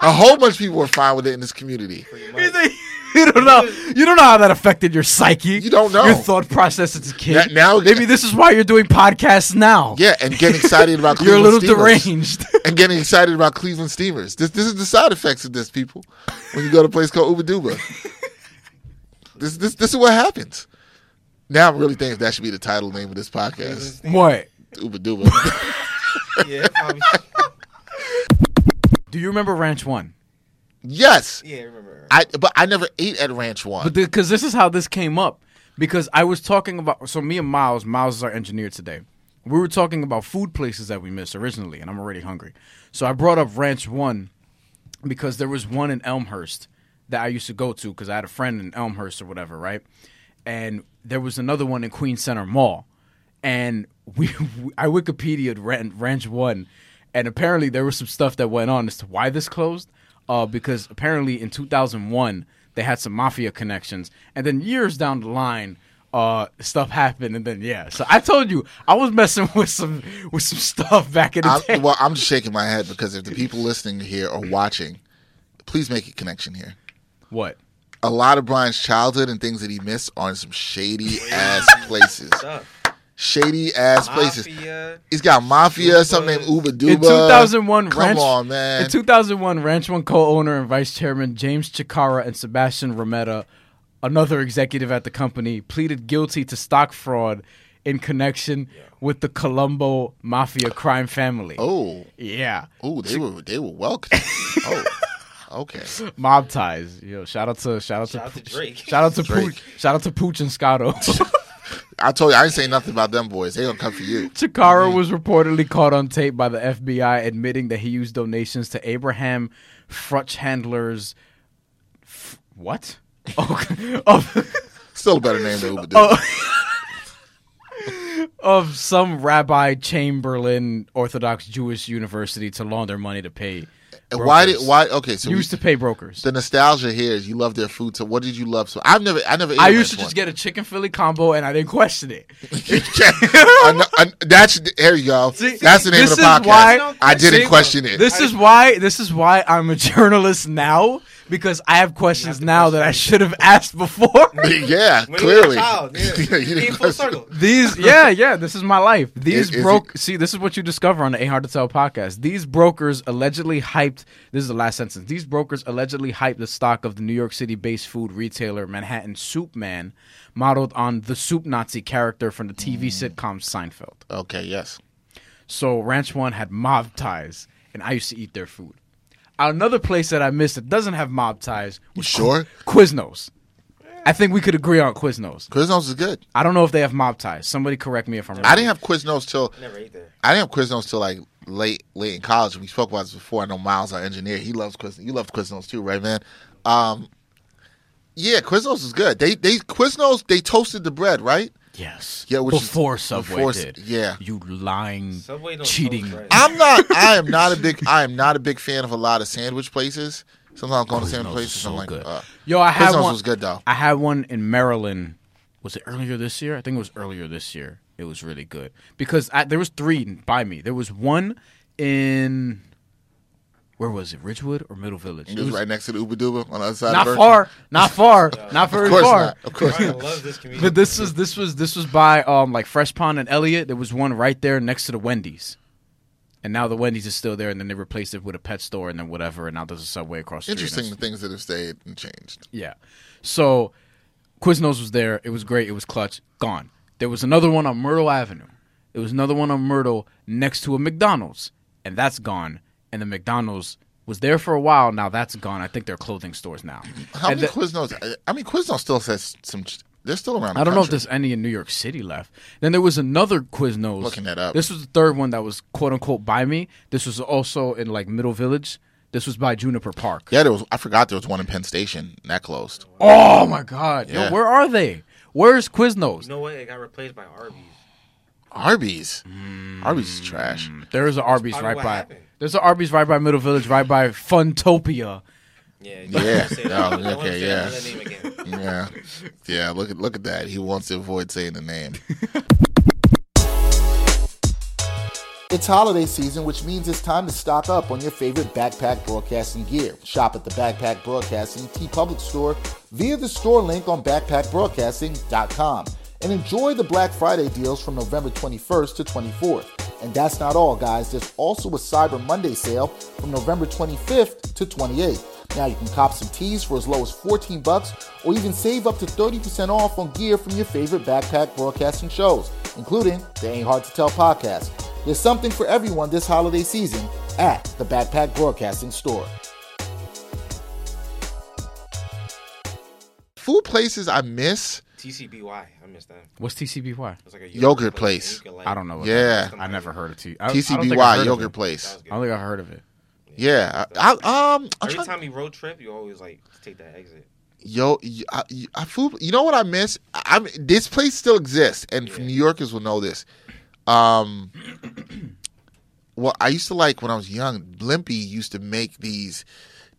S1: A whole bunch of people were fine with it in this community.
S3: Pretty
S2: you,
S1: <laughs>
S3: much.
S2: think- you don't know. You don't know how that affected your psyche. You
S1: don't know.
S2: your thought process as a <laughs> kid.
S1: Now- now-
S2: maybe this is why you're doing podcasts now.
S1: Yeah, and getting excited about
S2: <laughs> you're a
S1: Cleveland
S2: little
S1: Steamers.
S2: deranged. <laughs>
S1: and getting excited about Cleveland Steamers. This this is the side effects of this, people. When you go to a place called Uba
S2: <laughs>
S1: Duba, this this this is what happens. Now I'm really thinking that should be the title name of this podcast,
S2: what?
S1: Uba Duba.
S3: Yeah, probably.
S2: Do you remember Ranch One?
S1: <laughs> yes,
S3: yeah, I remember.
S1: I but I never ate at Ranch One.
S2: But because this is how this came up, because I was talking about so me and Miles, Miles is our engineer today. We were talking about food places that we missed originally, and I'm already hungry. So I brought up Ranch One because there was one in Elmhurst that I used to go to because I had a friend in Elmhurst or whatever, right? And there was another one in Queen Center Mall, and <laughs> we I Wikipedia'd Ran- Ranch One, and apparently there was some stuff that went on as to why this closed. Uh, because apparently in 2001 they had some mafia connections, and then years down the line, uh, stuff happened, and then yeah. So I told you I was messing <laughs> with some with some stuff back in the day.
S1: I'm, well, I'm just shaking my head because if the people listening here are watching, please make a connection here.
S2: what?
S1: A lot of Brian's childhood and things that he missed are in some shady ass places.
S3: Stuff.
S1: Shady ass places.
S3: Mafia.
S1: He's got mafia, some named Uba Duba.
S2: In 2001,
S1: come
S2: Ranch,
S1: on, man.
S2: In 2001, Ranch One co-owner and vice chairman James Chikara and Sebastian Rametta, another executive at the company, pleaded guilty to stock fraud in connection with the Colombo mafia crime family.
S1: oh,
S2: Yeah,
S1: oh, they were they were
S2: <laughs>
S1: welcome. oh, okay.
S2: mob ties. Yo, shout out to shout out
S3: Shout out
S2: to,
S3: to Drake.
S2: shout out to Pooch,
S1: Drake.
S2: shout out to Pooch and Scotto.
S1: I told you I ain't saying nothing about them boys. They gonna come for you.
S2: Chikara was reportedly caught on tape by the FBI admitting that he used donations to Abraham Frutch Handlers. F- what? <laughs> Oh, of,
S1: Still a better name than Uber.
S2: Oh. of some rabbi Chamberlain Orthodox Jewish university to launder money to pay.
S1: and why did
S2: brokers.
S1: why? Okay, so we,
S2: used to pay brokers?
S1: the nostalgia here is you love their food. So what did you love? So I've never I never. ate
S2: I
S1: at
S2: used to
S1: this
S2: just
S1: one. <laughs>
S2: get a chicken Philly combo and I didn't question it. <laughs>
S1: I know- I- that's there you go.
S2: See,
S1: that's the name of
S2: this
S1: the
S2: is
S1: podcast.
S2: why-
S1: I didn't
S2: See,
S1: question it.
S2: This is why this is why I'm a <laughs> journalist now because I have questions now that I should have
S1: <laughs>
S2: asked before.
S1: <laughs> yeah,
S3: When you were
S1: clearly. <laughs>
S3: a child, yeah.
S1: Yeah, you
S3: Came
S1: didn't
S3: full
S1: question.
S3: circle.
S1: <laughs>
S2: These yeah, yeah, this is my life. These
S1: Is- is
S2: broke see, this is what you discover on the A Hard to Tell podcast. These brokers allegedly hyped this is the last sentence. These brokers allegedly hyped the stock of the New York City based food retailer Manhattan Soup Man, modeled on the soup Nazi character from the TV
S1: Mm.
S2: sitcom Seinfeld.
S1: Okay, yes.
S2: So Ranch One had mob ties, and I used to eat their food. Another place that I missed that doesn't have mob ties
S1: You
S2: was
S1: sure?
S2: Quiznos. I think we could agree on Quiznos.
S1: Quiznos is good.
S2: I don't know if they have mob ties. Somebody correct me if I'm wrong.
S1: I didn't have Quiznos till
S3: Never
S1: <laughs>
S3: ate there.
S1: I didn't have Quiznos till like late late in college. We spoke about this before. I know Miles, our engineer, he loves Quiznos. You love Quiznos too, right, man? Um, yeah, Quiznos is good. They they Quiznos they toasted the bread, right?
S2: Yes.
S1: Yeah, which is-
S2: before Subway
S1: before Sub-
S2: did.
S1: yeah.
S2: You lying,
S3: Subway don't
S2: cheating.
S3: toast bread.
S1: I'm not.
S2: <laughs>
S1: I am not a big. I am not a big fan of a lot of sandwich places. Sometimes I'm going to sandwich
S2: Quiznos
S1: places.
S2: is
S1: I'm
S2: so
S1: like,
S2: good.
S1: uh,
S2: Yo, I had
S1: Quiznos
S2: one.
S1: was good though.
S2: I had one in Maryland. Was it earlier this year? I think it was earlier this year. It was really good because I, there was three by me. There was one in where was it? Ridgewood or Middle Village?
S1: It
S2: It
S1: was right next to the Uber Duba on the other side.
S2: not
S1: of Virgin.
S2: far,
S1: <laughs>
S2: not far, not very
S1: Of course
S2: far.
S1: not. Of course
S3: Brian
S1: not.
S3: loves this community.
S2: But this was this was this was by um like Fresh Pond and Elliot. There was one right there next to the Wendy's. And now the Wendy's is still there, and then they replaced it with a pet store, and then whatever, and now there's a Subway across the street.
S1: Interesting the things that have stayed and changed.
S2: Yeah. So Quiznos was there. It was great. It was clutch. Gone. There was another one on Myrtle Avenue. There was another one on Myrtle next to a McDonald's, and that's gone. And the McDonald's was there for a while. Now that's gone. I think they're clothing stores now.
S1: How
S2: And
S1: many
S2: the-
S1: Quiznos? uh, I- I mean, Quiznos still says some. ch- They're still around. The
S2: I don't know if
S1: country.
S2: there's any in New York City left. Then there was another Quiznos.
S1: Looking that up.
S2: This was the third one that was quote unquote by me. This was also in like Middle Village. This was by Juniper Park.
S1: Yeah, there was. I forgot there was one in Penn Station and that closed.
S2: Oh my God! Yo,
S1: Yeah.
S2: where are they? Where's Quiznos?
S3: You know what? It got replaced by Arby's.
S1: Arby's.
S2: Hmm.
S1: Arby's is trash.
S2: There is an Arby's
S3: probably
S2: right
S3: what
S2: by.
S3: happened.
S2: There's an Arby's right by Middle Village, right by Funtopia.
S3: Yeah.
S1: Yeah. <laughs>
S3: Say-
S1: No,
S3: I wanna
S1: okay,
S3: say
S1: yeah.
S3: that name <laughs> again.
S1: Yeah, yeah. Look at look at that. He wants to avoid saying the
S2: <laughs>
S1: name. It's holiday season, which means it's time to stock up on your favorite backpack broadcasting gear. Shop at the Backpack Broadcasting T Public Store via the store link on backpackbroadcasting.com and enjoy the Black Friday deals from November 21st to 24th. And that's not all, guys. There's also a Cyber Monday sale from November 25th to 28th. Now you can cop some tees for as low as 14 bucks or even save up to 30% off on gear from your favorite backpack broadcasting shows, including the Ain't Hard to Tell podcast. There's something for everyone this holiday season at the Backpack Broadcasting Store. Food places I miss.
S3: TCBY. I missed that.
S2: What's TCBY?
S3: It's like a
S1: Yogurt place.
S3: and you could, like-
S2: I don't know. What
S1: Yeah.
S2: that is. I never heard of T. I, I don't think I've heard
S1: TCBY
S2: of
S1: yogurt
S2: it.
S1: place.
S2: I don't think I've heard of it.
S1: Yeah, I, I um, I'm
S3: Every
S1: trying,
S3: time you road trip, you always like take that exit.
S1: yo, I, I food. You know what I miss? I, I'm- this place still exists, and New Yorkers will know this. Um, <clears throat> well, I used to like when I was young. Blimpie used to make these.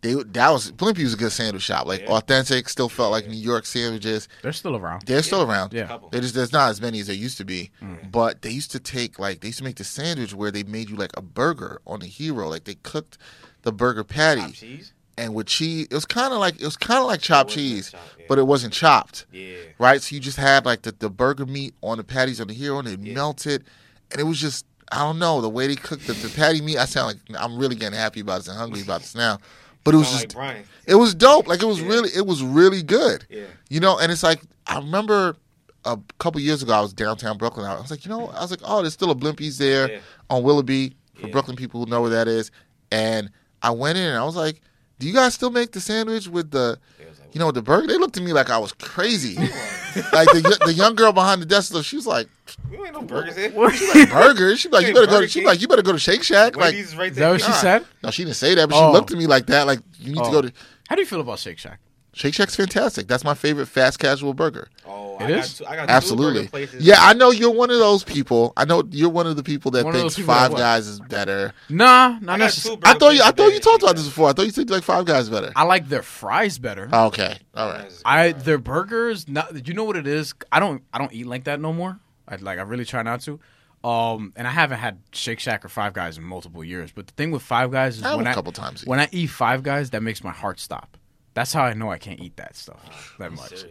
S1: They that was Blimpie was a good sandwich shop, like authentic. Still felt like New York sandwiches.
S2: They're still around.
S1: They're still around.
S2: Yeah. Mm.
S3: Couple.
S1: They just there's not as many as there used to be. But they used to take like they used to make the sandwich where they made you like a burger on a hero. Like they cooked the burger
S3: Top
S1: patty
S3: cheese.
S1: and with cheese. It was kind of like it was kind of like chopped
S3: wasn't
S1: cheese,
S3: chopped, yeah.
S1: but it wasn't chopped.
S3: Yeah.
S1: Right. So you just had like the, the burger meat on the patties on the hero and it melted, and it was just I don't know the way they cooked the, the patty meat. I sound like I'm really getting happy about this and hungry about this now. But it was
S3: Sound
S1: just
S3: like Brian.
S1: it was dope. Like it was really, it was really good.
S3: Yeah.
S1: You know, and it's like I remember a couple years ago I was downtown Brooklyn. I was like, you know, I was like, oh, there's still a Blimpies there
S3: Yeah.
S1: on Willoughby for
S3: Yeah.
S1: Brooklyn people who know where that is. And I went in and I was like, Do you guys still make the sandwich with the, you know, the burger? They looked at me like I was crazy. <laughs> like the, y- the young girl behind the desk, though, she was like,
S3: You ain't no burgers here. <laughs>
S1: burgers. She was <laughs> like, you
S3: Hey,
S1: better go. To,
S3: Burger
S1: she was
S3: King.
S1: like, you better go to Shake Shack. Like,
S3: Wendy's right
S2: Is that
S3: there.
S2: what she
S3: Nah.
S2: said?
S1: no, she didn't say that, but
S2: Oh.
S1: she looked at me like that. Like, you need to
S2: Oh.
S1: go to
S2: How do you feel about Shake Shack?
S1: Shake Shack's fantastic. That's my favorite fast casual burger.
S3: Oh,
S2: It
S3: I
S2: is?
S3: Got two, I got two burger
S1: Absolutely.
S3: places.
S1: Yeah, I know you're one of those people. I know you're one of the people that
S2: One of
S1: thinks
S2: those people that
S1: Five
S2: what?
S1: Guys is better.
S2: Nah,
S3: I
S2: not
S3: got two
S2: necessarily.
S3: burger
S1: I thought you. I
S3: places
S1: thought
S3: that
S1: you talked about
S3: that.
S1: this before. I thought you said you like Five Guys better.
S2: I like their fries better.
S1: Oh, okay. All right.
S2: I their burgers. Not you know what it is. I don't. I don't eat like that no more. I like. I really try not to. Um, and I haven't had Shake Shack or Five Guys in multiple years. But the thing with Five Guys is
S1: I had
S2: when
S1: a
S2: I
S1: couple times.
S2: when I eat Five Guys, that makes my heart stop. That's how I know I can't eat that stuff that much.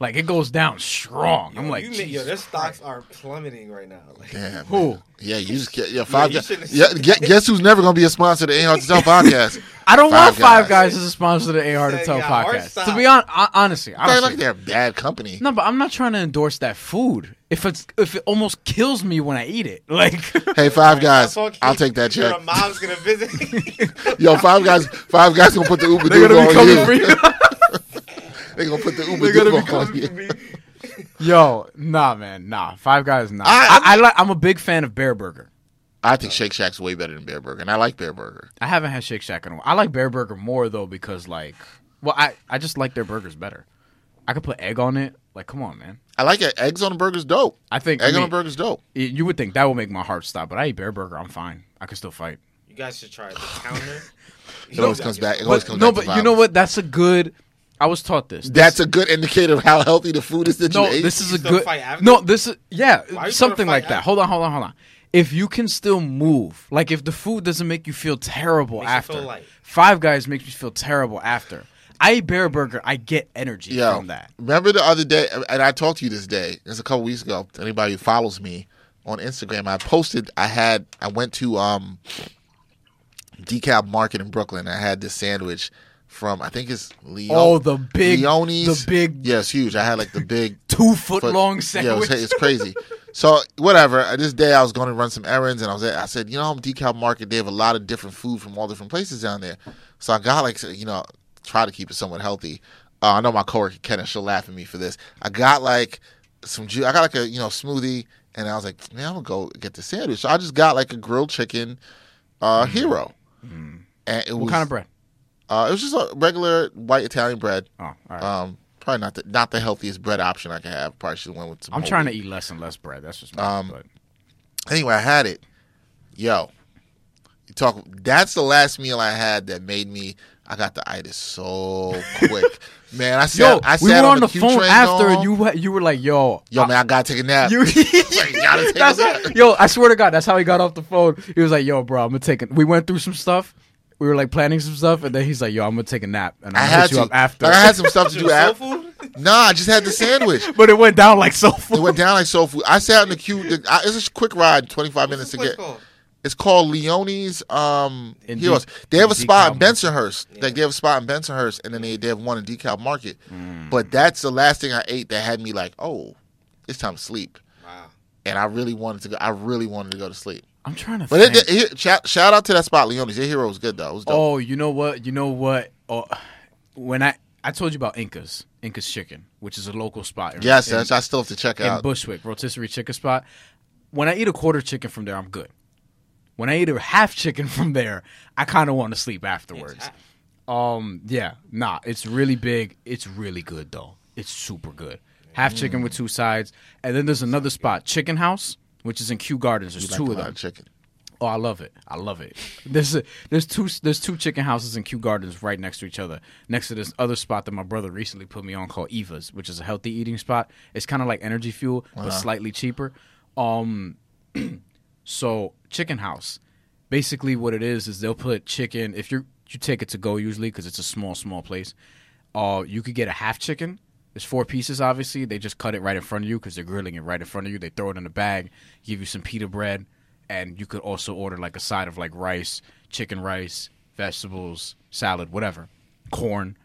S2: Like it goes down strong. I'm like,
S3: you, ma- yo,
S2: Jesus
S3: their stocks are plummeting right now. Like,
S1: Damn. man.
S2: Who?
S1: Yeah, you just get yeah, five
S3: you
S1: guys.
S3: shouldn't-
S1: Yeah, gue- guess who's never gonna be a sponsor to Ain't Hard to
S2: <laughs>
S1: Tell podcast?
S2: I don't
S1: Five
S2: want Five
S1: Guys.
S2: Guys. as a sponsor to the AR to
S3: Said,
S2: Tell
S3: yeah, hard
S2: podcast.
S3: stop.
S2: To be honest, honestly,
S1: I
S2: honestly,
S1: like they're a bad company.
S2: no, but I'm not trying to endorse that food. If it's if it almost kills me when I eat it, <laughs> like
S1: Hey, five guys,
S3: That's all, Keith.
S1: I'll take that
S3: Your
S1: check.
S3: mom's gonna visit.
S1: <laughs> Yo, five guys, five guys gonna put the Uber
S2: <laughs> they're
S1: dude
S2: gonna be
S1: on
S2: coming for
S1: you.
S2: you.
S1: They gonna
S2: <laughs>
S1: put the Uber
S2: They're
S1: dude
S2: gonna be
S1: on
S2: coming
S1: you.
S3: For me.
S2: Yo, nah, man, nah. Five Guys, nah.
S1: I-
S2: I, I, like. I'm a big fan of Bear Burger.
S1: I think Shake Shack's way better than Bear Burger, and I like Bear Burger.
S2: I haven't had Shake Shack in a while. I like Bear Burger more though because like, well, I I just like their burgers better. I could put egg on it. Like, come on, man.
S1: I like it. Eggs on a burger's dope.
S2: I think I
S1: Egg on a
S2: mean,
S1: burger's dope.
S2: y- You would think that would make my heart stop, but I eat Bear Burger. I'm fine. I could still fight.
S3: You guys should try the counter.
S1: It always comes back. It always
S2: But,
S1: comes
S2: no,
S1: back. to
S2: but you know
S1: violence.
S2: what? That's a good. I was taught this.
S1: That's a good indicator of how healthy the food is that
S2: no.
S1: you ate.
S2: This is
S3: You
S2: a
S3: still
S2: good.
S3: fight after?
S2: No, this is yeah,
S3: you
S2: something
S3: gonna
S2: like
S3: fight
S2: that.
S3: after?
S2: Hold on, hold on, hold on. If you can still move, like if the food doesn't make you feel terrible
S3: Makes you
S2: after,
S3: feel light.
S2: Five Guys makes me feel terrible after. I eat Bear Burger. I get energy
S1: Yo,
S2: from that.
S1: Remember the other day, and I talked to you this day. It's a couple weeks ago. Anybody who follows me on Instagram, I posted. I had. I went to um, Decab Market in Brooklyn. I had this sandwich from. I think it's Leon.
S2: Oh, the big-
S1: Leone's.
S2: the big-
S1: Yeah, it's huge. I had like the big
S2: <laughs> Two foot
S1: foot-
S2: long
S1: Yeah, it
S2: sandwich.
S1: was- it's crazy. So whatever. uh, This day I was going to run some errands, and I was at, I said, you know, I'm Decal Market. They have a lot of different food from all different places down there. So I got like, you know, try to keep it somewhat healthy. Uh, I know my coworker Kenneth, she'll laugh at me for this. I got like some juice. I got like a you know smoothie, and I was like, man, I'm gonna go get the sandwich. So I just got like a grilled chicken uh, hero. And it
S2: Mm-hmm. what
S1: was
S2: kind of bread?
S1: Uh, it was just a regular white Italian bread.
S2: Oh, all right.
S1: Um, probably not the not the healthiest bread option I could have. Probably should have went with. Some
S2: I'm
S1: whole
S2: trying to eat less and less bread. That's just me.
S1: Um,
S2: but
S1: anyway, I had it. Yo, you talk. That's the last meal I had that made me. I got the itis so
S2: <laughs>
S1: quick, man. I
S2: yo,
S1: sat. I sat
S2: we were on, the
S1: Q
S2: phone
S1: train,
S2: after, and
S1: dog.
S2: you wa- you were like, "Yo,
S1: Yo, man, I gotta take a nap. <laughs>
S2: <laughs> You, <laughs>
S1: gotta take
S2: That's
S1: a
S2: how-
S1: nap.
S2: yo, I swear to God, that's how he got off the phone. He was like, "Yo, bro, I'm gonna take it." We went through some stuff. We were like planning some stuff, and then he's like, "Yo, I'm gonna take a nap," and
S1: I
S2: I'm gonna
S1: had
S2: hit you
S1: to.
S2: up after.
S1: Like, I had some stuff to
S3: Soul
S1: do after.
S3: food? <laughs>
S1: Nah, I just had the sandwich.
S2: <laughs> but it went down like so.
S1: <laughs> It went down like soul food. I sat in the queue. The, I, it's a quick ride, twenty five minutes
S3: What's
S1: to
S3: the place
S1: get.
S3: called?
S1: It's called Leone's um
S2: In
S1: Heroes.
S2: D-
S1: they have
S2: in
S1: a spot in
S2: Decal Market.
S1: Bensonhurst. Like they have a spot in Bensonhurst, and then they, they have one in Decal Market.
S2: Mm.
S1: But that's the last thing I ate that had me like, oh, it's time to sleep.
S3: Wow.
S1: And I really wanted to go. I really wanted to go to sleep.
S2: I'm trying to.
S1: But it,
S2: think.
S1: it, it- shout, shout out to that spot, Leone's. Their hero was good though. It was dope.
S2: oh, you know what? You know what? Oh, when I I told you about Incas, Incas Chicken, which is a local spot. in-
S1: yes,
S2: in,
S1: that's, I still have to check
S2: in
S1: out.
S2: Bushwick rotisserie chicken spot. When I eat a quarter chicken from there, I'm good. When I eat a half chicken from there, I kind of want to sleep afterwards. Um, yeah, nah, it's really big. It's really good though. It's super good. Half chicken
S1: Mm.
S2: with two sides, and then there's another spot, Chicken House, which is in Kew Gardens. There's
S1: Like
S2: two
S1: a
S2: of
S1: lot
S2: them.
S1: chicken.
S2: Oh, I love it. I love it. There's a, there's two there's two chicken houses in Kew Gardens right next to each other. Next to this other spot that my brother recently put me on called Eva's, which is a healthy eating spot. It's kind of like Energy Fuel but slightly cheaper. Um so chicken house. Basically what it is is they'll put chicken if you you take it to go usually cuz it's a small small place. Uh you could get a half chicken. There's four pieces obviously. They just cut it right in front of you cuz they're grilling it right in front of you. They throw it in a bag, give you some pita bread and you could also order like a side of like rice, chicken rice, vegetables, salad, whatever, corn.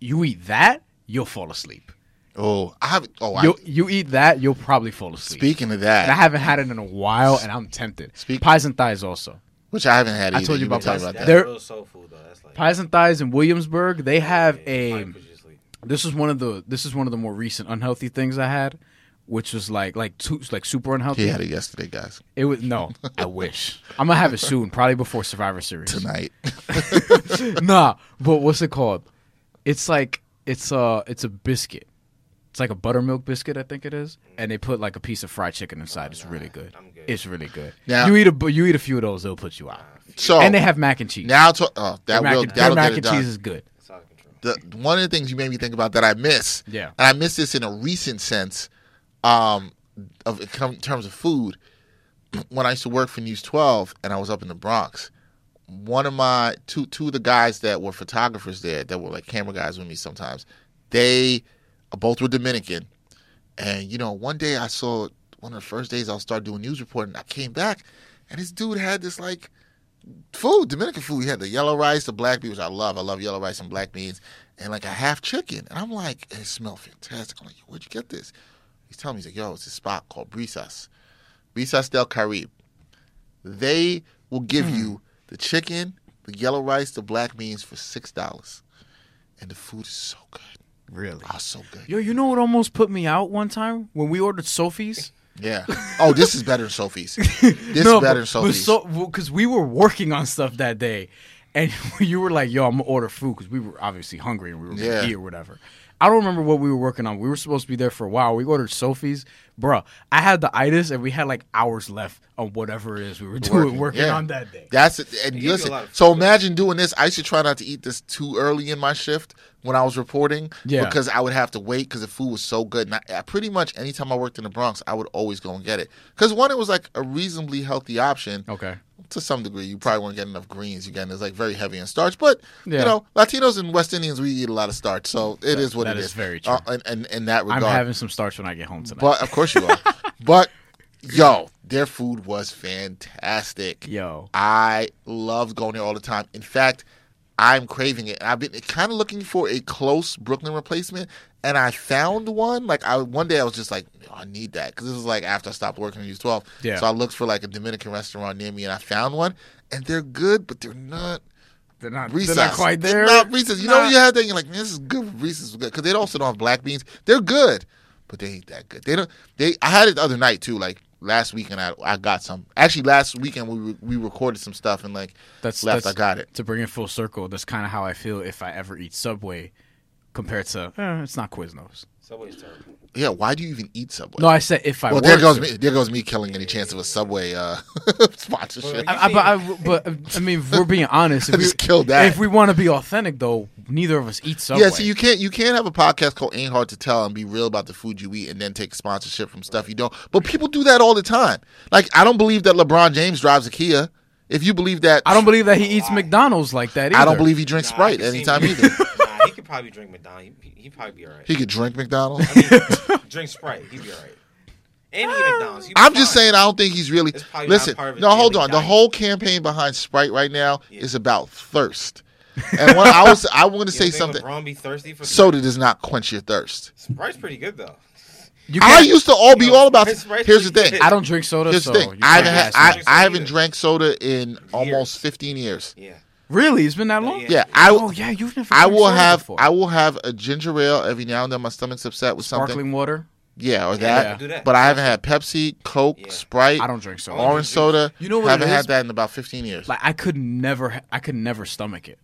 S2: You eat that, you'll fall asleep.
S1: Oh, I have. Oh, I,
S2: You you eat that, you'll probably fall asleep.
S1: speaking of that,
S2: And I haven't had it in a while, and I'm tempted.
S1: Speak-
S2: Pies and thighs also.
S1: which I haven't had.
S2: I
S1: Either.
S2: told you
S1: You've been
S2: about
S1: talking
S2: pasta.
S1: about that.
S2: There-
S3: That's real soul food though. That's like
S2: Pies and thighs in Williamsburg, they have a.
S3: Probably put you to sleep.
S2: This is one of the this is one of the more recent unhealthy things I had, which was like like too, like super unhealthy.
S1: He had it yesterday, guys.
S2: It was no. I wish I'm gonna have it soon, probably before Survivor Series.
S1: <laughs> Tonight,
S2: <laughs> nah, but what's it called? It's like it's a it's a biscuit. It's like a buttermilk biscuit, I think it is, and they put like a piece of fried chicken inside. It's really good.
S3: I'm good.
S2: It's really good.
S1: Now- Oh.
S2: you eat a bu- you eat a few of those, they'll put you out.
S1: so
S2: and they have mac and cheese.
S1: now to, oh, that
S2: their mac,
S1: will
S2: and- their
S1: that'll
S2: mac
S1: get it
S2: and
S1: done.
S2: cheese is good.
S3: It's out of control.
S1: the one of the things you made me think about that I miss.
S2: Yeah.
S1: And I miss this in a recent sense, um, of in com- terms of food. <clears throat> When I used to work for News 12 and I was up in the Bronx, one of my two two of the guys that were photographers there that were like camera guys with me sometimes, they uh, both were Dominican, and you know one day I saw one of the first days I'll start doing news reporting. I came back, and this dude had this like food, Dominican food. We had the yellow rice, the black beans, which I love. I love yellow rice and black beans, and like a half chicken. And I'm like, it smelled fantastic. I'm like, where'd you get this? He's telling me, he's like, yo, it's this spot called Brisas, Brisas del Caribe. They will give you the chicken, the yellow rice, the black beans for six dollars, and the food is so good.
S2: Really?
S1: Oh, so good.
S2: Yo, you know what almost put me out one time when we ordered Sophie's.
S1: Yeah. Oh, this is better than Sophie's. This is better than Sophie's.
S2: because we were working on stuff that day, and <laughs> you were like, "Yo, I'm gonna order food" because we were obviously hungry and we were gonna
S1: Yeah.
S2: eat or whatever. I don't remember what we were working on. We were supposed to be there for a while. We ordered Sophie's, bruh. I had the itis, and we had like hours left on whatever it is we were <laughs> doing working,
S1: yeah.
S2: on that day.
S1: That's it. And
S3: you
S1: listen,
S3: do a lot of
S1: so
S3: food.
S1: imagine doing this. I used to try not to eat this too early in my shift when I was reporting
S2: Yeah.
S1: because I would have to wait because the food was so good. And I, I pretty much anytime I worked in the Bronx, I would always go and get it because one, it was like a reasonably healthy option
S2: Okay,
S1: to some degree. You probably wouldn't get enough greens. You get it's like very heavy in starch, but you
S2: Yeah.
S1: know, Latinos and West Indians we eat a lot of starch, so it is what
S2: that
S1: it is.
S2: is very true.
S1: Uh, and, and in that
S2: I'm
S1: regard,
S2: having some starch when I get home tonight.
S1: but of course
S2: <laughs>
S1: you are. but yo, their food was fantastic.
S2: Yo.
S1: I loved going there all the time. In fact, I'm craving it. And I've been kind of looking for a close Brooklyn replacement, and I found one. Like I one day I was just like, "Yo, I need that because this was like after I stopped working at Use Twelve.
S2: Yeah.
S1: So I looked for like a Dominican restaurant near me, and I found one, and they're good, but they're not.
S2: they're not,
S1: Reese's.
S2: they're not quite
S1: They're
S2: there.
S1: not Reese's. You know,
S2: Nah.
S1: you have that. You're like, man, this is good. Reese's is good because they also don't have black beans. They're good, but they ain't that good. They don't. They. I had it the other night too. Like last weekend, I I got some. Actually, last weekend we re- we recorded some stuff and like
S2: That's
S1: left.
S2: That's,
S1: I got it.
S2: To bring it full circle, that's kind of how I feel if I ever eat Subway, compared to eh, it's not Quiznos.
S3: Subway's terrible.
S1: Yeah. Why do you even eat Subway?
S2: No, I said if I
S1: well,
S2: were
S1: there goes
S2: to.
S1: me. There goes me killing any chance of a Subway uh, <laughs> sponsorship.
S3: Well,
S2: I, I- but, I, but I mean, if we're being honest.
S1: <laughs>
S2: If
S1: I
S2: we,
S1: just killed that.
S2: If we want to be authentic, though, neither of us eat Subway.
S1: Yeah, so you can't you can't have a podcast called Ain't Hard to Tell and be real about the food you eat and then take sponsorship from stuff you don't. But people do that all the time. Like I don't believe that LeBron James drives a Kia. If you believe that,
S2: I don't believe that he eats McDonald's like that. Either.
S1: I don't believe he drinks
S3: Nah, I
S1: Sprite
S3: could see him-
S1: anytime either.
S3: <laughs> Nah, he could probably drink McDonald's. He, he'd probably be all right.
S1: He could drink McDonald's. <laughs>
S3: drink Sprite. He'd be all right. And eat McDonald's. he'd be
S1: I'm just
S3: fine.
S1: saying I don't think he's really
S3: It's probably not
S1: listen.
S3: part of his
S1: No, hold
S3: daily
S1: on. The
S3: diet.
S1: whole campaign behind Sprite right now is about thirst. And when I was I wanted to
S3: You
S1: say
S3: think
S1: something.
S3: LeBron be thirsty for
S1: Soda does not quench your thirst.
S3: Sprite's pretty good though.
S2: You
S1: I
S2: can't-
S1: used to all be
S3: No,
S1: all about.
S3: Sprite's right
S1: Here's the
S3: there.
S1: thing.
S2: I don't drink soda.
S1: Here's
S2: so
S1: the thing.
S2: you
S1: I
S2: can't
S1: haven't had,
S2: ask
S1: I,
S2: me.
S3: drink soda
S1: I haven't
S3: either.
S1: drank soda in almost 15 years.
S3: Yeah.
S2: really, it's been that long.
S3: Yeah.
S1: Yeah, I
S2: oh yeah, you've never.
S1: I
S2: drank
S1: will
S2: soda
S1: have
S2: before.
S1: I will have a ginger ale every now and then. My stomach's upset with something.
S2: sparkling water.
S1: Yeah, or
S3: Yeah,
S1: that.
S3: do that.
S1: But I haven't had Pepsi, Coke,
S3: Yeah.
S1: Sprite.
S2: I don't drink soda.
S1: orange soda.
S2: You know what it
S1: Haven't had
S2: is?
S1: that in about 15 years.
S2: Like I could never, ha- I could never stomach it.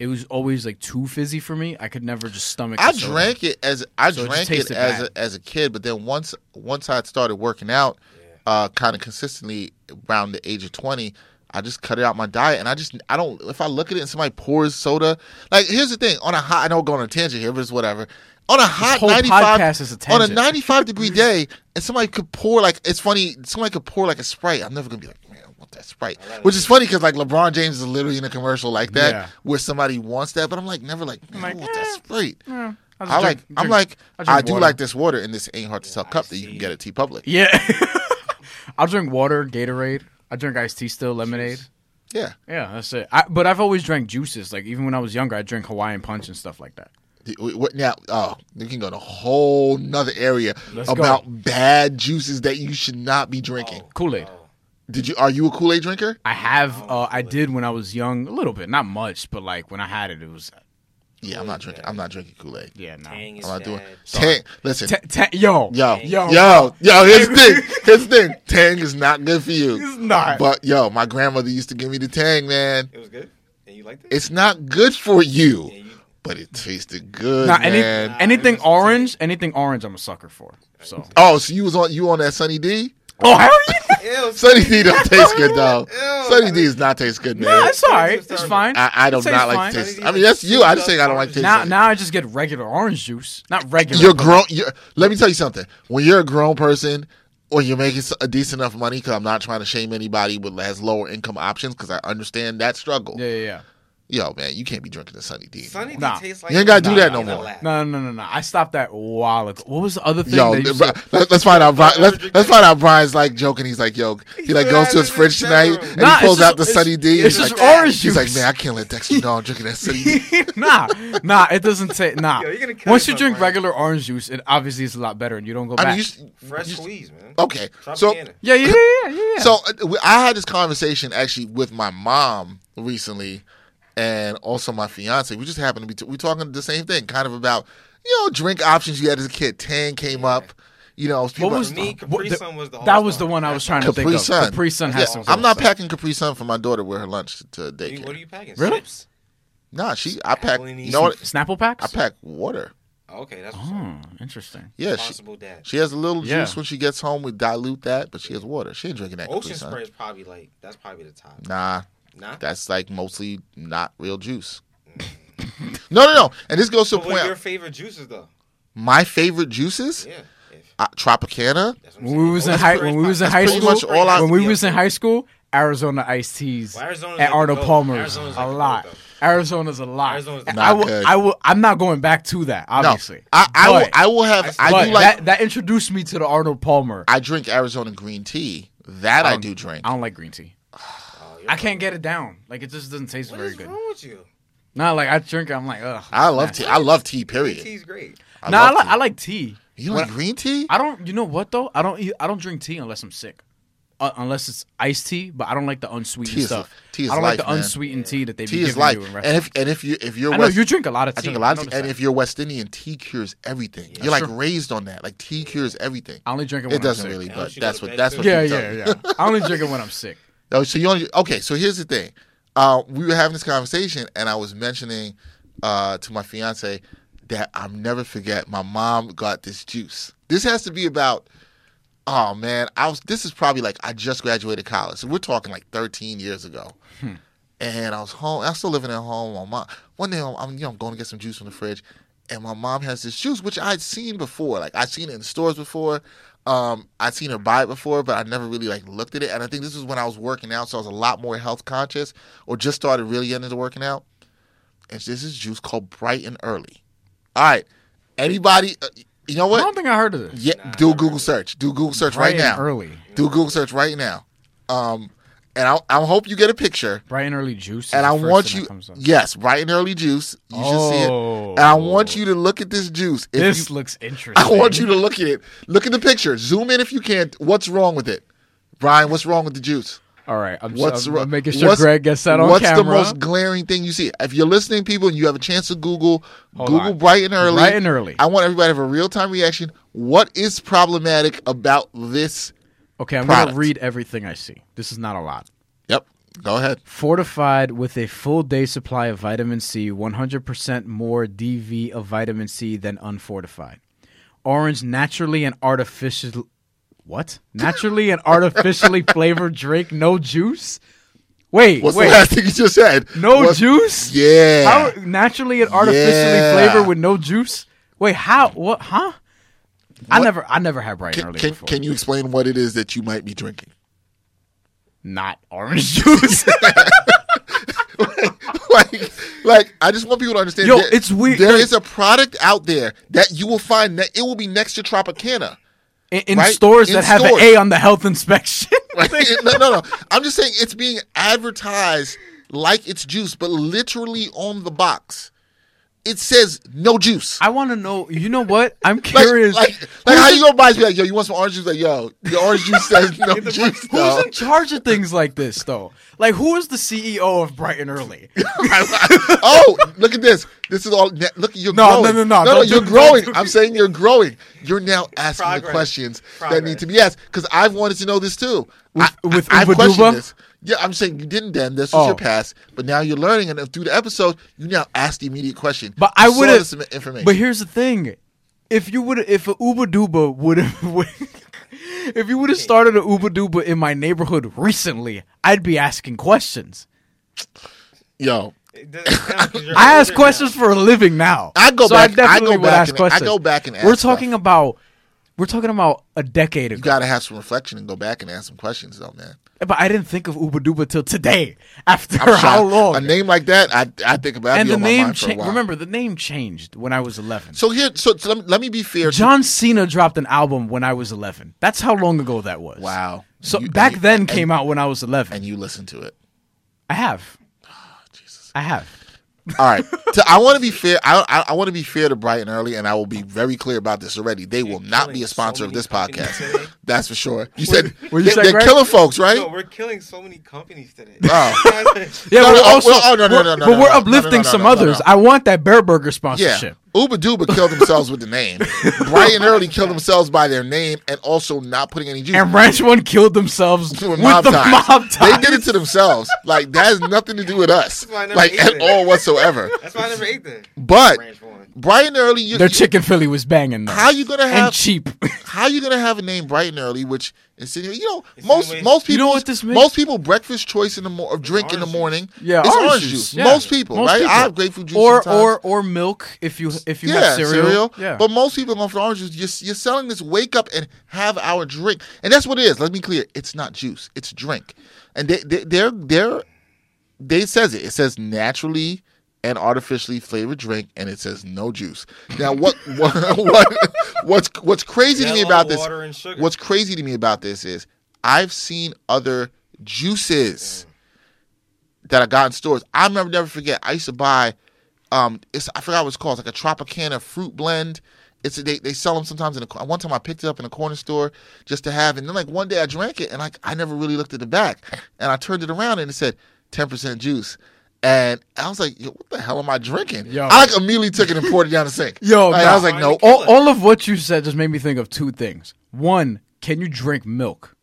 S2: It was always like too fizzy for me. I could never just stomach.
S1: I
S2: the soda.
S1: drank it as I
S2: So it just
S1: drank it
S2: tasted
S1: as
S2: bad.
S1: a, as a kid, but then once once I had started working out, uh, kind of consistently around the age of twenty, I just cut it out my diet, and I just I don't if I look at it and somebody pours soda, like here's the thing on a hot I know I'm going on a tangent here, but it's whatever. On a hot
S2: whole
S1: 95
S2: podcast is a
S1: on a
S2: tangent.
S1: 95 degree day, and somebody could pour like it's funny. Somebody could pour like a sprite. I'm never gonna be like, man, I want that sprite.
S2: Oh,
S1: Which is funny because like LeBron James is literally in a commercial like that
S2: Yeah.
S1: where somebody wants that, but I'm like never like, man,
S2: like,
S1: I want
S2: eh.
S1: that sprite.
S2: I'll just
S1: I like.
S2: drink-
S1: I'm
S2: drink-
S1: like.
S2: I'll drink
S1: I do
S2: water.
S1: like this water in this ain't hard to sell cup that you can
S3: see.
S1: get at T Public.
S2: Yeah, <laughs> I'll drink water, Gatorade. I drink iced tea still, lemonade.
S1: Yeah.
S2: Yeah, that's it. I, but I've always drank juices. Like even when I was younger, I drank Hawaiian punch and stuff like that.
S1: The- w- w- Now, oh, you can go to a whole nother area
S2: Let's
S1: about
S2: go.
S1: bad juices that you should not be drinking.
S2: Kool Aid.
S3: Oh.
S1: Did you? Are you a Kool Aid drinker?
S2: I have. Uh, I did when I was young, a little bit, not much, but like when I had it, it was
S1: Yeah, I'm not drinking. I'm not drinking Kool Aid.
S2: yeah. No.
S3: Tang is
S1: I'm not doing.
S3: bad.
S1: Tang, listen,
S2: Ta- ta- yo,
S1: yo,
S2: yo,
S1: yo, yo. His
S2: <laughs>
S1: thing, his thing. Tang is not good for you.
S2: It's not.
S1: But yo, my grandmother used to give me the Tang, man.
S3: It was good. And you liked it.
S1: It's not good for you,
S3: Yeah, you-
S1: but it tasted good,
S2: Nah, any,
S1: man.
S2: anything
S3: Nah, it was
S2: orange, anything orange, I'm a sucker for. So,
S1: oh, so you was on you on that Sunny D?
S2: oh hell yeah!
S3: Ew,
S1: Sunny D don't taste good
S2: <laughs>
S1: though.
S3: Ew.
S1: Sunny D does not taste good, man.
S2: Nah, it's alright. It's
S3: Tastes
S2: fine.
S1: I, I do
S2: Tastes
S1: not like
S2: fine.
S1: to taste.
S3: Sunny
S1: I
S3: D's
S1: mean, that's
S3: like
S1: you. I just think I don't like
S3: orange.
S1: taste.
S2: Now,
S1: it.
S2: now I just get regular orange juice, not regular.
S1: you're grown. You're, let me tell you something. When you're a grown person, or you're making s- a decent enough money, because I'm not trying to shame anybody with has lower income options, because I understand that struggle.
S2: yeah, yeah, yeah.
S1: Yo, man, you can't be drinking a Sunny D.
S3: Sunny D
S2: Nah.
S3: tastes like
S1: You ain't gotta do
S3: nah,
S1: that no
S3: in a
S1: more.
S3: lab.
S2: No, no, no, no, no. I stopped that a while ago. What was the other thing?
S1: Yo,
S2: that you
S1: bro,
S2: said?
S1: let, us find out. Brian, let's let's find out. Brian's like joking. He's like, yo, he like goes to his fridge tonight and
S2: Nah,
S1: he pulls
S2: it's just-
S1: out the
S2: it's-
S1: Sunny D.
S2: it's
S1: he's
S2: just
S1: like,
S2: orange
S1: He's like,
S2: juice.
S1: man, I can't let
S2: <laughs>
S1: Dexter know I'm drinking that Sunny D.
S2: nah, nah. It doesn't say nah.
S3: Yo, you're gonna kill
S2: Once you
S3: yourself,
S2: drink
S3: Brian.
S2: regular orange juice, it obviously is a lot better, and you don't
S1: I
S2: go back.
S1: mean, you, s-
S3: Fresh
S1: you s-
S3: squeeze, man.
S1: okay. So
S3: Tropicana.
S2: yeah, yeah, yeah, yeah, yeah, yeah.
S1: So uh, we- I had this conversation actually with my mom recently, and also my fiance. We just happened to be t- we talking the same thing, kind of about you know drink options you had as a kid. Tang came up, you know. people-
S2: what was
S3: For me,
S2: the-
S3: Capri
S2: what-
S3: Sun was the
S2: that was
S3: all-star.
S2: the one I was trying to
S1: Capri
S2: think of.
S1: Sun.
S2: Capri Sun has
S1: Yeah,
S2: some.
S1: I'm not
S2: stuff.
S1: packing Capri Sun for my daughter with her lunch to
S3: You-
S1: daycare.
S3: What are you packing?
S2: Really?
S3: Sips?
S1: nah, she I pack.
S3: Only
S1: You
S3: need
S1: know what?
S2: Snapple packs.
S1: I pack water.
S3: Okay, that's what's up.
S2: Oh, interesting.
S1: Yeah, she,
S3: Responsible dad.
S1: she has a little
S2: Yeah.
S1: juice when she gets home. We dilute that, but she has water. She ain't drinking that. Capri
S3: Ocean
S1: Sun.
S3: spray is probably like that's probably the top.
S1: Nah,
S3: Nah.
S1: that's like mostly not real juice. no, no, no. And this goes to a
S3: So what
S1: point.
S3: are your favorite juices though?
S1: my favorite juices,
S3: Yeah. If,
S1: uh, Tropicana.
S3: that's what I'm
S2: When we
S3: saying.
S2: was in
S3: Ocean
S2: high,
S3: spray is
S2: when we was in
S3: probably-
S2: high
S1: pretty
S2: school,
S1: much all I-
S2: when we was in
S3: Yeah.
S2: high school, Arizona iced teas
S3: Well, Arizona's like
S2: at
S3: the
S2: Arnold
S3: goat.
S2: Palmer's
S3: Arizona's
S2: a
S3: like the
S2: lot.
S3: goat,
S2: Arizona's a lot.
S3: Arizona's
S2: And
S1: the
S2: I
S1: goat.
S2: will,
S1: Not good.
S2: I will, I'm not going back to that.
S1: No,
S2: Obviously,
S1: I, I will.
S2: But-
S1: I will have. I,
S2: but
S1: do like.
S2: that, that introduced me to the Arnold Palmer.
S1: I drink Arizona green tea. That I,
S2: Um,
S1: do drink.
S2: I don't like green tea.
S3: <sighs> Oh, you're
S2: I can't get it down. Like it just doesn't taste
S3: What
S2: very
S3: is
S2: good.
S3: wrong with you?
S2: Nah, like I drink, it, I'm like ugh.
S1: I love tea. I love tea. Period.
S3: Tea's great.
S1: I
S2: nah, I,
S1: love
S2: li-
S1: tea.
S2: I like tea.
S1: You like green tea?
S2: I don't. You know what though? I don't. Eat, I don't drink tea unless I'm sick, uh, unless it's iced tea. But I don't like the unsweetened
S1: Tea is-
S2: stuff.
S1: tea is
S2: I don't
S1: life,
S2: like the
S1: man.
S2: unsweetened tea that they
S1: Tea
S2: be
S1: is
S2: giving
S1: life.
S2: you in
S1: And if
S2: restaurants.
S1: and if you if you're
S2: I know
S1: West,
S2: you drink a lot of tea.
S1: I drink a lot of
S2: noticed
S1: tea. And
S2: that.
S1: if you're West Indian, tea cures everything. you're like
S2: true.
S1: raised on that. Like tea cures everything.
S2: I only drink it when
S1: It doesn't
S2: I'm sick.
S1: really,
S3: Now
S1: but
S3: she
S1: that's
S3: go to
S1: what
S3: bed
S1: that's
S3: too.
S1: what.
S2: Yeah,
S1: you
S2: yeah, yeah. I only drink it when I'm sick.
S1: Oh, so you only okay? So here's the thing. Uh, we were having this conversation, and I was mentioning uh, to my fiance that I'll never forget. My mom got this juice. This has to be about. Oh man, I was. This is probably like I just graduated college. So we're talking like 13 years ago. And I was home. I was still living at home. My mom. One day I'm, you know, I'm going to get some juice from the fridge, and my mom has this juice which I'd seen before. Like I'd seen it in stores before. Um, I'd seen her buy it before, but I never really like looked at it. And I think this was when I was working out, so I was a lot more health conscious, or just started really getting into working out. And this is juice called Bright and Early. All right, anybody, uh, you know
S2: I
S1: what?
S2: don't think I heard of this.
S1: Yeah, do Google search. Do Google search
S2: Bright
S1: right now.
S2: and early,
S1: Do Google search right now. Um, and I, I hope you get a picture
S2: bright and early juice. is
S1: and
S2: the
S1: I
S2: first
S1: want
S2: thing
S1: you,
S2: that comes up.
S1: yes, bright and early juice. You should see it, and I want you to look at this juice. If
S2: Oh. This
S1: you,
S2: looks interesting.
S1: <laughs> I want you to look at it. Look at the picture. Zoom in if you can. What's wrong with it, Brian? What's wrong with the juice?
S2: All right, I'm,
S1: What's
S2: I'm
S1: wrong?
S2: making sure
S1: what's-
S2: Greg gets that on
S1: What's
S2: camera.
S1: the most glaring thing you see? If you're listening, people, and you have a chance to Google, Google
S2: on.
S1: bright and early.
S2: Bright and early.
S1: I want everybody to have a real time reaction. What is problematic about this?
S2: okay, I'm
S1: product.
S2: gonna read everything I see. This is not a lot.
S1: Yep. Go ahead.
S2: Fortified with a full day supply of vitamin C, 100% more DV of vitamin C than unfortified. Orange naturally and artificial. What? Naturally and
S1: <laughs>
S2: artificially flavored drink, no juice? Wait,
S1: What's
S2: wait.
S1: the last thing you just said?
S2: no
S1: What's-
S2: juice?
S1: Yeah.
S2: How naturally and artificially
S1: Yeah.
S2: flavored with no juice? Wait, how? What? Huh? I never, I never had bright and
S1: Can,
S2: early
S1: can,
S2: before.
S1: can you explain what it is that you might be drinking? <laughs>
S2: Not orange <laughs> juice.
S1: like, like I just want people to understand.
S2: Yo, it's weird,
S1: There
S2: like-
S1: is a product out there that you will find that it will be next to Tropicana.
S2: in in
S1: Right?
S2: stores
S1: In
S2: that have
S1: stores.
S2: an A on the health inspection. <laughs>
S1: Right? no, no, no. I'm just saying it's being advertised like it's juice, but literally on the box. it says no juice.
S2: I want to know. You know what?
S1: <laughs>
S2: I'm
S1: Like,
S2: curious.
S1: like, like how you gonna buy? Like, yo, you want some orange juice? Like, yo, the orange juice says
S2: <laughs>
S1: no juice. though.
S2: Who's in charge of things like this, though? Like, who is the CEO of
S1: <laughs>
S2: Brighton Early?
S1: oh, look at this. This is all. ne- Look, you're
S2: No,
S1: growing.
S2: no, no, no.
S1: no,
S2: Don't
S1: you're
S2: do-
S1: growing.
S2: don't do-
S1: I'm saying you're growing. You're now asking the
S3: Progress.
S1: questions that need
S3: Progress.
S1: to be asked because I've wanted to know this too.
S2: With-
S1: I,
S2: with
S1: I, I've
S2: Uba
S1: questioned
S2: Duba?
S1: this. Yeah, I'm saying you didn't then. This was
S2: Oh.
S1: your past, but now you're learning, and through the episode, you now ask the immediate question.
S2: But
S1: You
S2: I
S1: saw
S2: would
S1: this
S2: have.
S1: im- information.
S2: But here's the thing: if you would, if a Uber Duba would <laughs> have, if you would have started an Uber Duba in my neighborhood recently, I'd be asking questions.
S1: yo, <laughs>
S3: It doesn't count 'cause you're
S2: I ask
S3: older now.
S2: questions for a living now.
S1: I go
S2: so
S1: back- I
S2: I definitely
S1: go
S2: would
S1: back
S2: ask
S1: and- I
S2: questions.
S1: go back and ask
S2: We're
S1: stuff.
S2: talking about. We're talking about a decade ago.
S1: you got to have some reflection and go back and ask some questions, though, man.
S2: But I didn't think of Uber Duba till today. After
S1: I'm
S2: <laughs> how
S1: shocked.
S2: long?
S1: A name like that, I I think about.
S2: and the name
S1: changed.
S2: cha- remember the name changed when I was 11.
S1: So here, so, so let, me, let me be fair. to-
S2: John Cena dropped an album when I was 11. That's how long ago that was.
S1: wow.
S2: So
S1: You-
S2: back
S1: and-
S2: then
S1: and-
S2: came out when I was 11.
S1: and Ah, you listen to it.
S2: I have. I have.
S1: All right. So I want to be fair. I I, I want to be fair to Brighton Early, and I will be very clear about this already. They will not be a
S3: killing
S1: sponsor
S3: so
S1: of
S3: many
S1: this
S3: companies
S1: podcast.
S3: today.
S1: That's for sure. You said
S2: were you
S1: they,
S2: saying,
S1: they're
S2: Greg?
S1: killing folks, right?
S3: No, we're killing so many companies today. <laughs>
S1: Oh.
S2: <laughs> Yeah,
S1: No,
S2: we're
S1: no, oh,
S2: also
S1: well, oh, no, no,
S2: we're-
S1: no, no,
S2: but
S1: no,
S2: we're
S1: no, no,
S2: uplifting
S1: no, no,
S2: some
S1: no, no,
S2: others.
S1: no.
S2: I want that Bear Burger
S1: yeah.
S2: sponsorship.
S1: Uber Duba killed themselves with the
S3: <laughs>
S1: name. Brighton Early killed themselves by their name and also not putting any juice.
S2: And Ranch One killed themselves
S1: with
S2: with
S1: mob
S2: the
S1: ties.
S2: mob ties.
S1: They did it to themselves. Like that has nothing to do with us.
S3: That's why I never
S1: Like
S3: ate
S1: at
S3: it.
S1: all
S3: <laughs>
S1: whatsoever.
S3: That's why I never ate that.
S1: But
S3: Ranch one.
S1: Brighton Early, you,
S2: Their
S1: you-
S2: chicken Philly was banging though.
S1: how you gonna
S2: and
S1: have
S2: cheap. <laughs>
S1: how you gonna have a name bright and early, which insinuates you know most
S3: Insinuates-
S1: most people
S2: You know what this means?
S1: most people breakfast choice in the mor- of drink in the
S3: orange
S1: morning.
S2: Yeah,
S1: it's orange, juice.
S2: Yeah.
S1: Most people, right?
S2: people.
S1: I have grapefruit juice
S2: or
S1: sometimes.
S2: or or milk if you if you
S1: yeah,
S2: have cereal. Yeah.
S1: But most people go for orange juice. You're, you're selling this wake up and have our drink, and that's what it is. Let me clear: it's not juice; it's drink. And they they they're, they're they says it. It says naturally and artificially flavored drink, and it says no juice. Now, what <laughs> what, what what's what's crazy to me
S3: Yellow
S1: about this?
S3: water and sugar.
S1: What's crazy to me about this is I've seen other juices that I got in stores. I remember never forget. I used to buy, um, it's I forgot what it's called, it's like a Tropicana fruit blend. It's they they sell them sometimes in a, one time I picked it up in a corner store just to have, and then like one day I drank it and like I never really looked at the back, and I turned it around and it said ten percent juice. And I was like, Yo, what the hell am I drinking?
S2: Yo.
S1: I like immediately took it and poured it down the sink.
S2: Yo,
S1: like,
S2: nah.
S1: I was like, no,
S2: all, all of what you said just made me think of two things. One, can you drink milk?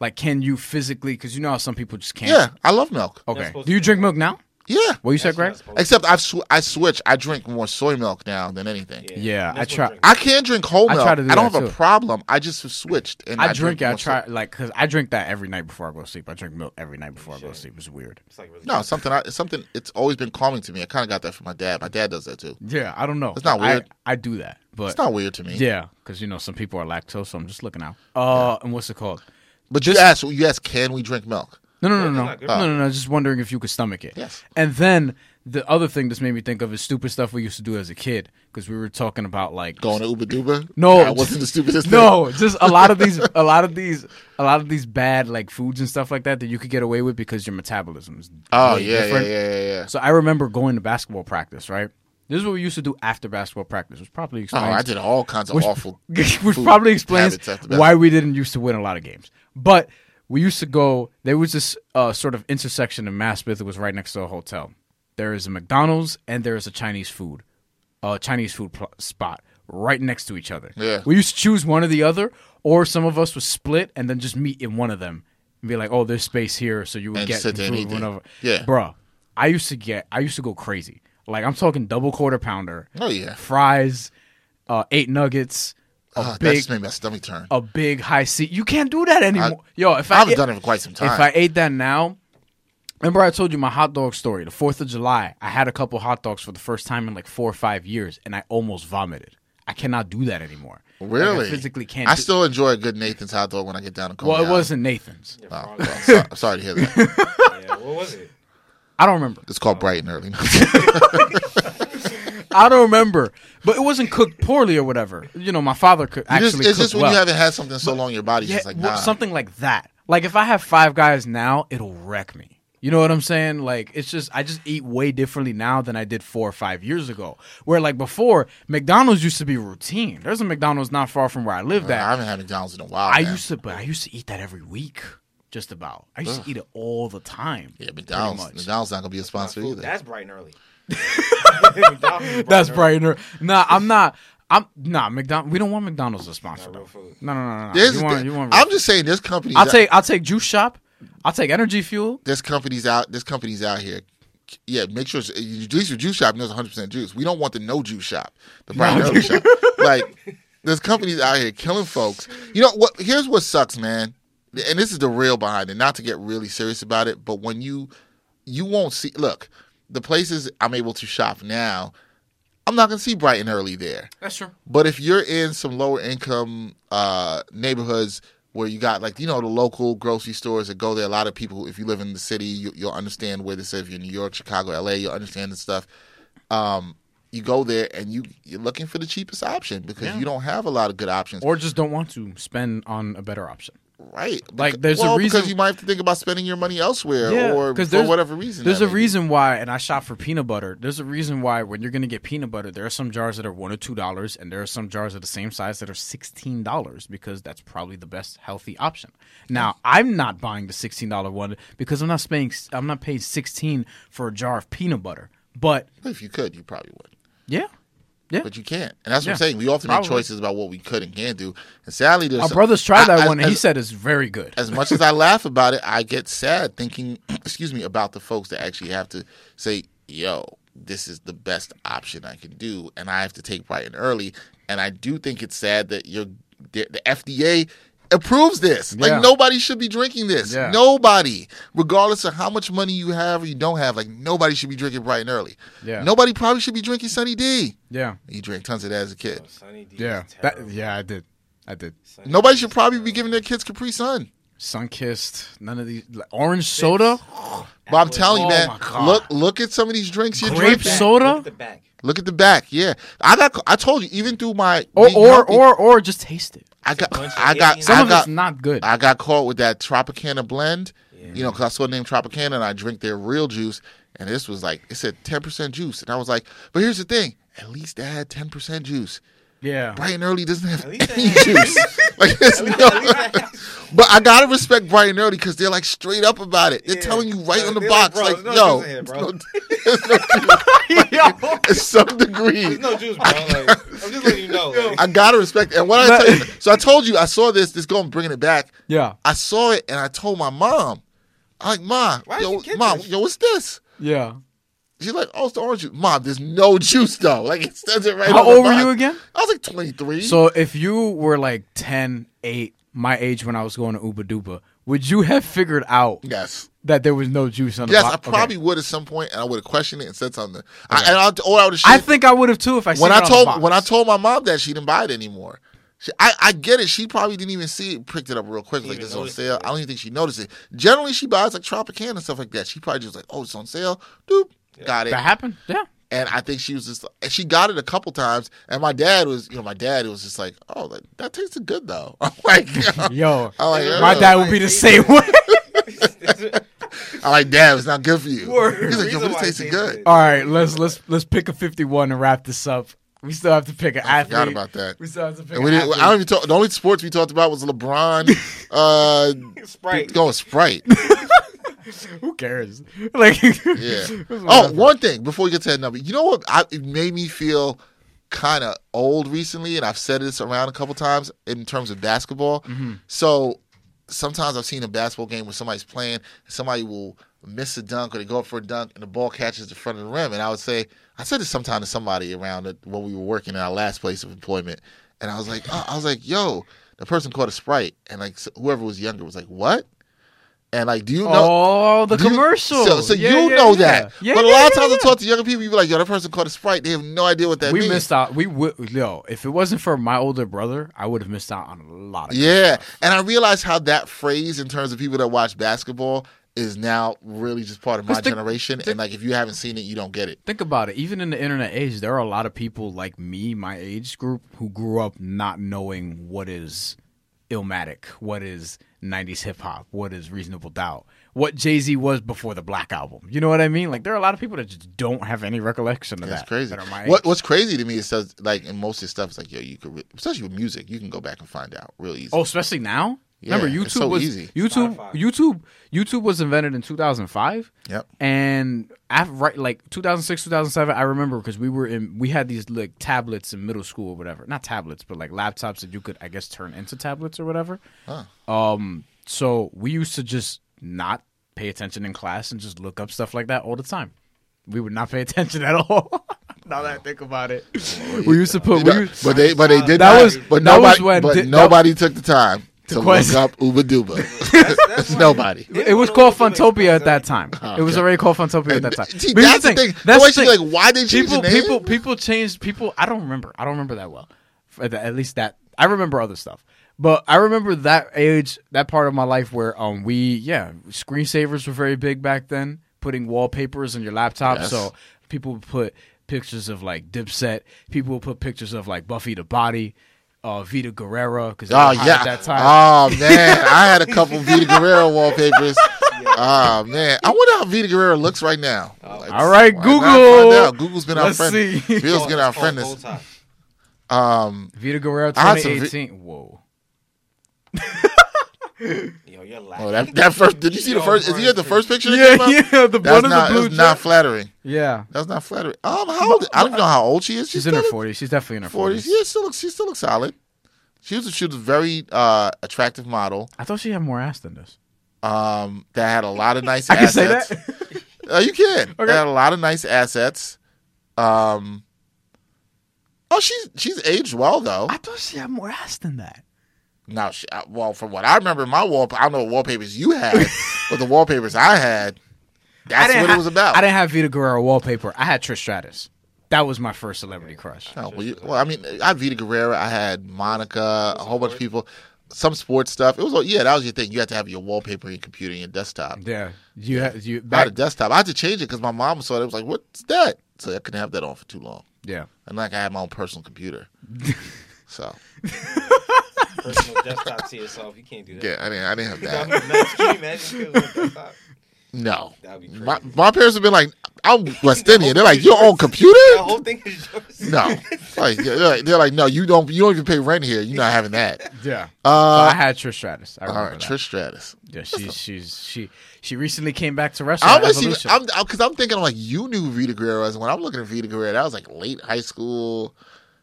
S2: Like, can you physically? Because you know how some people just can't.
S1: yeah, I love milk.
S2: Okay.
S3: supposed
S2: Do you
S3: to.
S2: drink milk now?
S1: Yeah,
S2: What you said, Greg?
S1: Except I've sw- I switch. I drink more soy milk now than anything.
S2: Yeah, I
S3: that's what
S2: try-
S3: drink.
S1: I can drink whole
S2: I
S1: milk. I,
S2: try to do
S1: don't
S2: that,
S1: have a
S2: too.
S1: problem. I just have switched. And
S2: I, drink it. I
S1: more
S2: try
S1: soy-
S2: like because I drink that every night before I go to sleep. I drink milk every night before I go to sleep. It's weird.
S3: It's like really
S1: No, it's something. I, it's something. It's always been calming to me. I kind of got that from my dad. My dad does that too.
S2: Yeah, I don't know.
S1: It's not
S2: I-
S1: weird.
S2: I, do that, but
S1: It's not weird to me.
S2: yeah, because you know some people are lactose, so I'm just looking out. Uh, and what's it called?
S1: But you asked. You asked. Can we drink milk?
S2: No, no, no,
S3: that's
S2: no,
S3: not good.
S2: no, no, no. Just wondering if you could stomach it.
S1: Oh. Yes.
S2: And then the other thing this made me think of is stupid stuff we used to do as a kid because we were talking about like
S1: Going to Uber Duba?
S2: No,
S1: that wasn't the stupidest.
S2: No, just a lot
S1: <laughs>
S2: of these, a lot of these, a lot of these bad like foods and stuff like that that you could get away with because your metabolism is
S1: Oh
S2: way
S1: yeah, yeah, yeah,
S2: different.
S1: yeah, yeah.
S2: So I remember going to basketball practice. Right, this is what we used to do after basketball practice, which probably
S1: Oh, I
S2: explains,
S1: did all kinds of
S2: which,
S1: awful.
S2: <laughs> which
S1: food
S2: probably explains
S1: habits after
S2: why we didn't used to win a lot of games. But we used to go. There was this uh, sort of intersection in Maspeth. It was right next to a hotel. There is a McDonald's and there is a Chinese food, uh, Chinese food pl- spot right next to each other.
S1: Yeah.
S2: We used to choose one or the other, or some of us would split and then just meet in one of them and be like, "Oh, there's space here," so you would
S1: And
S2: get
S1: just sit there and
S2: food
S1: eat there.
S2: whenever.
S1: Yeah.
S2: Bruh, I used to get, I used to go crazy. Like I'm talking double quarter pounder.
S1: Oh, yeah.
S2: fries, uh, eight nuggets, a
S1: Ah, that
S2: big,
S1: just made my stomach turn.
S2: a big high seat. You can't do that anymore. Yo, if
S1: I
S2: I,
S1: haven't
S2: ate-
S1: done it for quite some time.
S2: if I ate that now, remember I told you my hot dog story. The Fourth of July, I had a couple hot dogs for the first time in like four or five years, and I almost vomited. I cannot do that anymore. Like, I
S1: really,
S2: physically can't.
S1: I
S2: do-
S1: still enjoy a good Nathan's hot dog when I get down to.
S2: well, it wasn't Nathan's.
S1: Oh, well, I'm sorry, I'm sorry to hear that.
S2: <laughs>
S3: Yeah, what was it?
S2: I don't remember.
S1: It's called bright and early.
S2: I don't remember. But it wasn't cooked poorly or whatever. You know, my father could
S1: You just-
S2: actually.
S1: it's just
S2: cook
S1: when you
S2: well.
S1: haven't had something so long, your body's
S2: Yeah,
S1: just like,
S2: well,
S1: nah.
S2: something like that. Like if I have five guys now, it'll wreck me. You know what I'm saying? Like it's just I just eat way differently now than I did four or five years ago. Where like before, McDonald's used to be routine. There's a McDonald's not far from where I lived
S1: Uh, I
S2: at.
S1: haven't had McDonald's in a while.
S2: I
S1: man.
S2: used to, but I used to eat that every week, just about. I used to eat it all the time.
S1: yeah,
S2: pretty
S1: McDonald's.
S2: much.
S1: McDonald's not gonna be a sponsor
S3: Food,
S1: either.
S3: that's bright
S1: <laughs>
S3: and early. McDonald's is bright
S2: That's
S3: and
S2: bright. and early. Nah, I'm not. I'm nah. McDonald. We don't want McDonald's as sponsor.
S3: early.
S2: though.
S3: Real food.
S2: No, no, no, no, no.
S1: There's
S2: You
S1: a
S2: want,
S1: thing-
S2: you want
S1: I'm just saying, there's companies.
S2: I'll
S1: out-
S2: take. I'll take Juice Shop. I'll take Energy Fuel.
S1: There's companies out. There's companies out here. Yeah, make sure it's- at least your juice shop knows 100 percent juice. We don't want the no juice shop, the brown no.
S2: <laughs>
S1: shop. Like, there's companies out here killing folks. You know what? Here's what sucks, man. And this is the real behind it. Not to get really serious about it, but when you you won't see. Look, the places I'm able to shop now, I'm not gonna see bright and early there.
S2: That's true.
S1: But if you're in some lower income uh, neighborhoods where you got like you know the local grocery stores that go there, a lot of people. If you live in the city, you, you'll understand where this is. If you're in New York, Chicago, L.A., you'll understand this stuff. Um, you go there and you you're looking for the cheapest option because you don't have a lot of good options.
S2: Or just don't want to spend on a better option.
S1: right?
S2: like,
S1: Beca-
S2: there's a
S1: well, because
S2: reason-
S1: you might have to think about spending your money elsewhere or for
S2: there's-
S1: whatever reason.
S2: There's
S1: that
S2: a
S1: may be.
S2: reason why, and I shop for peanut butter. There's a reason why when you're gonna get peanut butter, there are some jars that are one or two dollars, and there are some jars of the same size that are sixteen dollars because that's probably the best healthy option. Now, I'm not buying the sixteen dollar one because I'm not spending. I'm not paying sixteen for a jar of peanut butter. But
S1: If you could, you probably would.
S2: yeah,
S1: But you can't, and that's what I'm
S2: Yeah,
S1: saying. We often
S2: probably.
S1: make choices about what we could and can't do. And sadly, there's
S2: our
S1: some-
S2: brothers tried
S1: I-
S2: that
S1: I-
S2: one, and he
S1: as-
S2: said it's very good.
S1: as much as I laugh about it, I get sad thinking, <clears throat> excuse me, about the folks that actually have to say, yo, this is the best option I can do. And I have to take bright and early. And I do think it's sad that you're, the the FDA approves this.
S2: Yeah.
S1: Like, nobody should be drinking this.
S2: Yeah.
S1: Nobody, regardless of how much money you have or you don't have, like, nobody should be drinking bright and early.
S2: Yeah.
S1: Nobody probably should be drinking Sunny D.
S2: yeah,
S1: You drank tons of that as a kid.
S3: Sunny D.
S2: yeah,
S3: Is
S2: that,
S3: terrible.
S2: yeah. I did, I did.
S3: Sunny
S1: Nobody
S3: D
S1: should
S3: is
S1: probably be
S3: terrible.
S1: giving their kids Capri Sun.
S2: Sunkissed, none of these like, orange soda.
S1: But I'm telling you,
S2: Oh
S1: man,
S2: my God.
S1: look look at some of these drinks you're
S2: Grape
S1: drinking.
S2: soda?
S3: Look at the back.
S1: Look at the back. Yeah, I got. I told you, even through my
S2: or
S1: being
S2: or,
S1: healthy,
S2: or or just taste it.
S1: I got
S3: bunch of
S1: I got
S3: aliens.
S2: Some
S1: I
S2: of
S1: got
S2: it's not good.
S1: I got caught with that Tropicana blend.
S3: Yeah.
S1: You know, because I saw the name Tropicana and I drink their real juice, and this was like it said ten percent juice, and I was like, but here's the thing, at least I had ten percent juice.
S2: yeah,
S1: Bright and early doesn't have <laughs>
S3: At least
S1: any
S3: I had
S1: juice.
S3: <laughs>
S1: <laughs> like there's no. <laughs> But I gotta respect Bright and Early because they're like straight up about it. They're
S3: Yeah.
S1: telling you right
S3: They're
S1: on the
S3: like,
S1: box,
S3: "Bro,
S1: like,
S3: there's no
S1: yo,
S3: juice in here,
S1: there's
S3: bro."
S1: no, there's no juice. <laughs> to some degree.
S3: There's no juice, bro. Like, I'm just letting you know. Like,
S1: I gotta respect. And what I
S2: But-
S1: tell you, so I told you I saw this. This going bringing it back.
S2: yeah,
S1: I saw it and I told my mom. I'm like, mom,
S3: Why
S1: yo,
S3: did you get
S1: mom,
S3: this?"
S1: yo, what's this?
S2: yeah.
S1: She's like, oh, it's the orange juice. Mom, there's no <laughs> juice though. Like it says it right.
S2: How
S1: on the
S2: old were
S1: box.
S2: you again?
S1: I was like 23.
S2: So if you were like 10, 8, my age when I was going to Uba Duba, would you have figured out
S1: yes,
S2: that there was no juice on the
S1: yes,
S2: box?
S1: I probably
S2: Okay.
S1: would at some point, and I would have questioned it and said something. I, and I, or I would have.
S2: I think I would have too if I
S1: when
S2: seen
S1: I
S2: it on the
S1: told
S2: box.
S1: when I told my mom that she didn't buy it anymore. She, I, I get it. She probably didn't even see it. Picked it up real quick. Like
S3: even
S1: this is on
S3: notice it,
S1: sale. I don't even think she noticed it. Generally, she buys like Tropicana and stuff like that. She probably just like, oh, it's on sale. Doop, got it.
S2: that happened, yeah,
S1: And I think she was just. And she got it a couple times. And my dad was, you know, my dad was just like, oh, that, that tasted good though. <laughs> I'm like,
S2: yo,
S1: I'm like,
S2: my
S1: "Ugh."
S2: dad would be the same way.
S1: I'm like, dad, it's not good for you. He's like, yo,
S3: Reason
S1: but
S3: why
S1: it tasted
S3: it tasted
S1: good.
S3: good.
S2: <laughs> All right, let's let's let's pick a fifty-one and wrap this up. We still have to pick an
S1: I
S2: athlete.
S1: forgot about that.
S2: We still have to pick
S1: And
S2: an
S1: we didn't,
S2: athlete.
S1: I don't even talk. The only sports we talked about was
S2: <laughs>
S1: LeBron, uh,
S3: Sprite.
S1: going Sprite.
S2: Who cares? <laughs> Like,
S1: Yeah. oh, one thing before we get to that number, you know what? I, it made me feel kind of old recently, and I've said this around a couple times in terms of basketball. So sometimes I've seen a basketball game where somebody's playing, and somebody will miss a dunk or they go up for a dunk, and the ball catches the front of the rim. And I would say, I said this sometime to somebody around it when we were working in our last place of employment, and I was like, oh, I was like, yo, the person caught a sprite, and like so- whoever was younger was like, what? And like, do you know?
S2: oh, the
S1: Do you-
S2: commercial.
S1: So, so
S2: Yeah,
S1: you
S2: yeah,
S1: know
S2: yeah.
S1: that.
S2: Yeah,
S1: but a
S2: yeah,
S1: lot of
S2: yeah,
S1: times
S2: yeah.
S1: I talk to younger people, you be like, yo, that person caught a Sprite. They have no idea what that
S2: we
S1: means.
S2: missed out. We would yo. If it wasn't for my older brother, I would have missed out on a lot of.
S1: Yeah. And I realized how that phrase, in terms of people that watch basketball, is now really just part of my
S2: 'Cause the-
S1: generation. and like, if you haven't seen it, you don't get it.
S2: Think about it. Even in the internet age, there are a lot of people like me, my age group, who grew up not knowing what is Illmatic, what is 90s hip hop, what is Reasonable Doubt, what Jay Z was before the Black Album. You know what I mean? Like, there are a lot of people that just don't have any recollection of
S1: That's
S2: that.
S1: crazy.
S2: that are my
S1: What
S2: age.
S1: What's crazy to me is says like in most of this stuff, it's like yo, you could re- especially with music, you can go back and find out real easy.
S2: Oh, especially now. Remember,
S1: Yeah,
S2: YouTube
S1: it's so
S2: was
S1: easy.
S2: YouTube
S3: Spotify.
S2: YouTube YouTube was invented in 2005.
S1: Yep.
S2: And af right like 2006 2007 I remember because we were in we had these like tablets in middle school or whatever. Not tablets, but like laptops that you could I guess turn into tablets or whatever. Um so we used to just not pay attention in class and just look up stuff like that all the time. We would not pay <laughs> attention at all. <laughs> now that I think about it. we used to put we
S1: No,
S2: used, uh,
S1: but they but they did
S2: That
S1: not,
S2: was-
S1: but
S2: that
S1: nobody
S2: was when
S1: but
S2: di- that-
S1: nobody took the time to, look
S2: question-
S1: up Uba
S2: <laughs>
S1: Duba.
S3: That's why-
S1: nobody.
S2: it was called Funtopia at that time. It was
S1: Oh, okay.
S2: already called Funtopia at that time.
S1: See,
S2: But here's
S1: that's the thing. That's the thing. Like, why did
S2: people,
S1: you name?
S2: people, people changed. People, I don't remember. I don't remember that well. At the- at least that I remember other stuff, but I remember that age, that part of my life where um we yeah screensavers were very big back then. Putting wallpapers on your laptop,
S1: Yes.
S2: so people would put pictures of like Dipset. People would put pictures of like Buffy the Body, uh, Vita Guerrera. Because
S1: Oh
S2: at
S1: yeah.
S2: that time.
S1: Oh
S2: <laughs>
S1: man, I had a couple Vita Guerrero wallpapers. Oh man, I wonder how Vita Guerrero looks right now. Like,
S2: All right,
S1: Ah, why not
S2: Google.
S1: find out? Google's been
S2: Let's
S1: our friend.
S2: see.
S1: Google's been our
S3: It's
S1: friend.
S3: called
S1: This.
S3: Botox.
S1: Um,
S2: Vita Guerrero
S1: I had some vi-
S2: 2018. Whoa.
S3: Yo, you're
S1: oh,
S3: laughing.
S1: that, that first. Did you see the
S3: Yo,
S1: first? Is
S3: bro,
S1: he at the
S3: it's
S1: first picture? that
S2: Yeah,
S1: came out?
S2: yeah. The
S1: That's
S2: one
S1: not,
S2: of the blue
S1: that's not flattering.
S2: Yeah.
S1: That's not flattering. Um, how old? I don't even know how old she is.
S2: She's in her
S1: still
S2: 40s. She's definitely in her 40s.
S1: Forties. Yeah, she still looks. She still looks solid. She was. She was a very uh, attractive model.
S2: I thought she had more ass than this.
S1: Um, that had a lot of nice.
S2: <laughs> I can
S1: assets.
S2: say that.
S1: Uh, you can. They
S2: Okay.
S1: had a lot of nice assets. Um. Oh, she's she's aged well though.
S2: I thought she had more ass than that.
S1: Now, she, I, well, from what I remember, in my wall. I don't know what wallpapers you
S2: <laughs>
S1: had, but the wallpapers I had. That's what it was about.
S2: I didn't have Vita Guerrero wallpaper. I had Trish Stratus. That was my first celebrity crush.
S1: Oh, well, you, well, I mean, I had Vita Guerrera. I had Monica. A whole bunch of people. Some sports stuff. It was all yeah. That was your thing. You had to have your wallpaper, your computer, and your desktop.
S2: Yeah. You had you
S1: I had a
S2: back,
S1: desktop. I had to change it because my mom saw it. It was like, "What's that?" So I couldn't have that on for too long.
S2: Yeah.
S1: And like, I had my own personal
S2: <laughs>
S1: computer. so
S3: Personal desktop to yourself. You can't do that.
S1: yeah, I didn't. I didn't have
S3: That
S1: that.
S3: would be nuts. Can you imagine kids with
S1: <laughs>
S3: a desktop?
S1: No.
S3: That'd be crazy.
S1: My, my parents have been like,
S3: <laughs>
S1: "I'm West Indian." They're like, "Your own computer?"
S3: The whole thing is yours.
S1: <laughs> No. Like, they're like, they're like, "No, you don't. You don't even pay rent here. You're not having
S3: <laughs>
S1: that."
S2: Yeah.
S1: Uh,
S2: I had Trish Stratus. I
S1: all
S2: remember
S1: right,
S2: that.
S1: Trish Stratus.
S2: yeah, she, she's she she recently came back to wrestling.
S1: I'm because
S2: Evolution.
S1: I'm, I'm, 'cause I'm thinking like you knew Vita Guerrero as when I'm looking at Vita Guerrero, that was like late high school.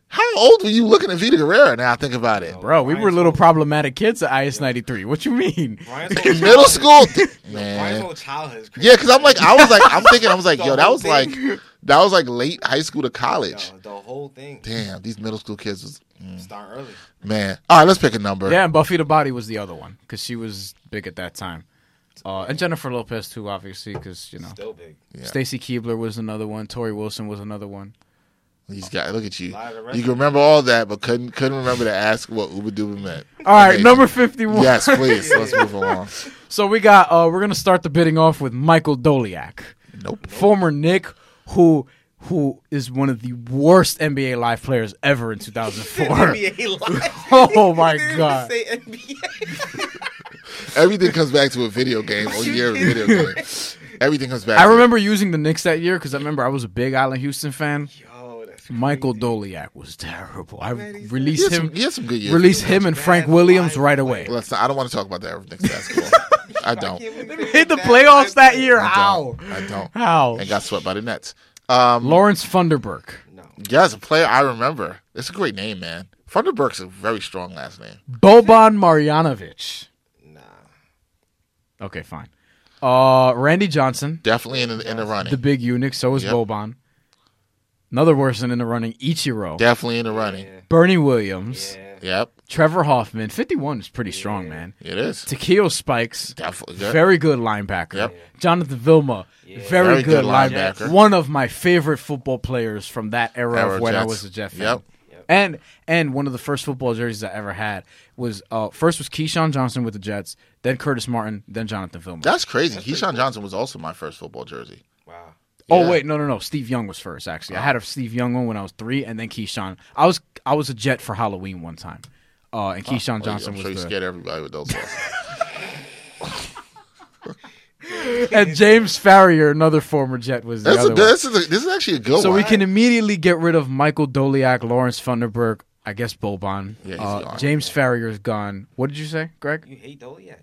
S1: How old were you looking at Vita Guerrero? Now I think about it,
S2: Bro, we were
S3: Brian's
S2: little
S3: old.
S2: problematic kids at IS 93. What you mean?
S3: Brian's whole
S1: middle
S3: <laughs> childhood-
S1: school,
S3: Brian's
S1: man.
S3: whole childhood is crazy.
S1: Yeah, because I'm like I was like I'm thinking I was like
S3: The
S1: yo that
S3: whole
S1: was like
S3: thing.
S1: that was like late high school to college.
S3: Yo, the whole thing.
S1: Damn, these middle school kids was mm,
S3: Start early.
S1: man. All right, let's pick a number.
S2: Yeah, and Buffy the Body was the other one because she was big at that time, uh, and Jennifer Lopez too, obviously, because you know
S3: Still
S1: <laughs>
S3: big.
S1: Yeah.
S2: Stacy Keebler was another one, Tori Wilson was another one.
S1: These guys, look at you.
S3: Lot of the rest
S1: You
S3: of
S1: can remember all that, but couldn't couldn't remember to ask what Uber Duba meant.
S2: All right,
S1: Amazing.
S2: number fifty-one.
S1: Yes,
S2: <laughs>
S1: please. Let's move along.
S2: So we got uh, we're gonna start the bidding off with Michael Doliak,
S1: Nope.
S2: former Nick, who who is one of the worst NBA live players ever in two thousand
S3: <laughs>
S2: four.
S3: NBA live.
S2: <laughs> Oh
S3: <laughs>
S2: my
S3: He didn't even
S2: god.
S3: Say NBA.
S1: Everything comes back to a video game or
S2: <laughs>
S1: year of video game. Everything comes back.
S2: I
S1: to it.
S2: remember using the Knicks that year because I remember I was a big Island Houston fan.
S3: Yo, that's
S2: Michael
S3: crazy.
S2: Doliak was terrible. I
S3: Man, he's-
S1: He had,
S2: released
S1: some,
S2: him.
S1: he had some good years.
S2: Release him and
S3: bad
S2: Frank Williams
S3: live
S2: right
S3: play.
S2: <laughs> away.
S1: Let's not, I don't want to talk about that over next
S2: <laughs>
S1: basketball. I don't.
S3: Can't believe
S2: They
S3: they
S2: made the
S3: back
S2: playoffs
S3: five
S2: that
S3: to-
S2: year.
S1: I
S2: How?
S1: don't. I
S2: <laughs>
S1: don't.
S2: How?
S1: And got swept by the Nets. Um,
S2: Lawrence Funderburk.
S3: No.
S1: yeah, it's a player I remember. It's a great name, man. Thunderberg's a very strong last name.
S2: Boban Marjanovic.
S3: Nah.
S2: Okay, fine. Uh, Randy Johnson,
S1: Definitely in the, in the running.
S2: the big eunuch. So is
S1: Yep.
S2: Boban. Another person in the running, Ichiro.
S1: Definitely in the running.
S3: Yeah.
S2: Bernie Williams.
S3: Yeah.
S1: Yep,
S2: Trevor Hoffman. 51 is pretty strong, man.
S1: it is.
S2: Takeo Spikes.
S1: Definitely.
S2: Very good linebacker.
S1: Yep.
S2: Jonathan Vilma, very,
S1: Very
S2: good,
S1: good
S2: linebacker.
S1: linebacker.
S2: One of my favorite football players from that era
S1: Era
S2: of when I
S1: Jets.
S2: was a Jet fan.
S1: Yep.
S3: Yep.
S2: And and one of the first football jerseys I ever had was uh, first was Keyshawn Johnson with the Jets, then Curtis Martin, then Jonathan Vilma.
S1: That's crazy. Keyshawn Johnson was also my first football jersey.
S3: Wow.
S2: oh
S1: yeah. Oh.
S2: wait, no no no, Steve Young was first actually. I had a Steve Young one when I was three, and then Keyshawn. I was I was a Jet for Halloween one time. Uh, and Keyshawn
S1: Like,
S2: Johnson
S1: Oh, I'm sure you
S2: was the,
S1: scared everybody with
S2: <laughs>
S1: those losses.
S2: and James Farrier, another former Jet, was the
S1: That's a
S2: other
S1: good,
S2: one.
S1: this, is a, this is actually a good
S2: <laughs> So
S1: one.
S2: we can immediately get rid of Michael Doliak, Lawrence Funderburg, I guess Boban.
S1: Yeah, he's
S2: Uh,
S1: gone.
S2: James Farrier's gone. What did you say, Greg?
S3: You hate Doliak.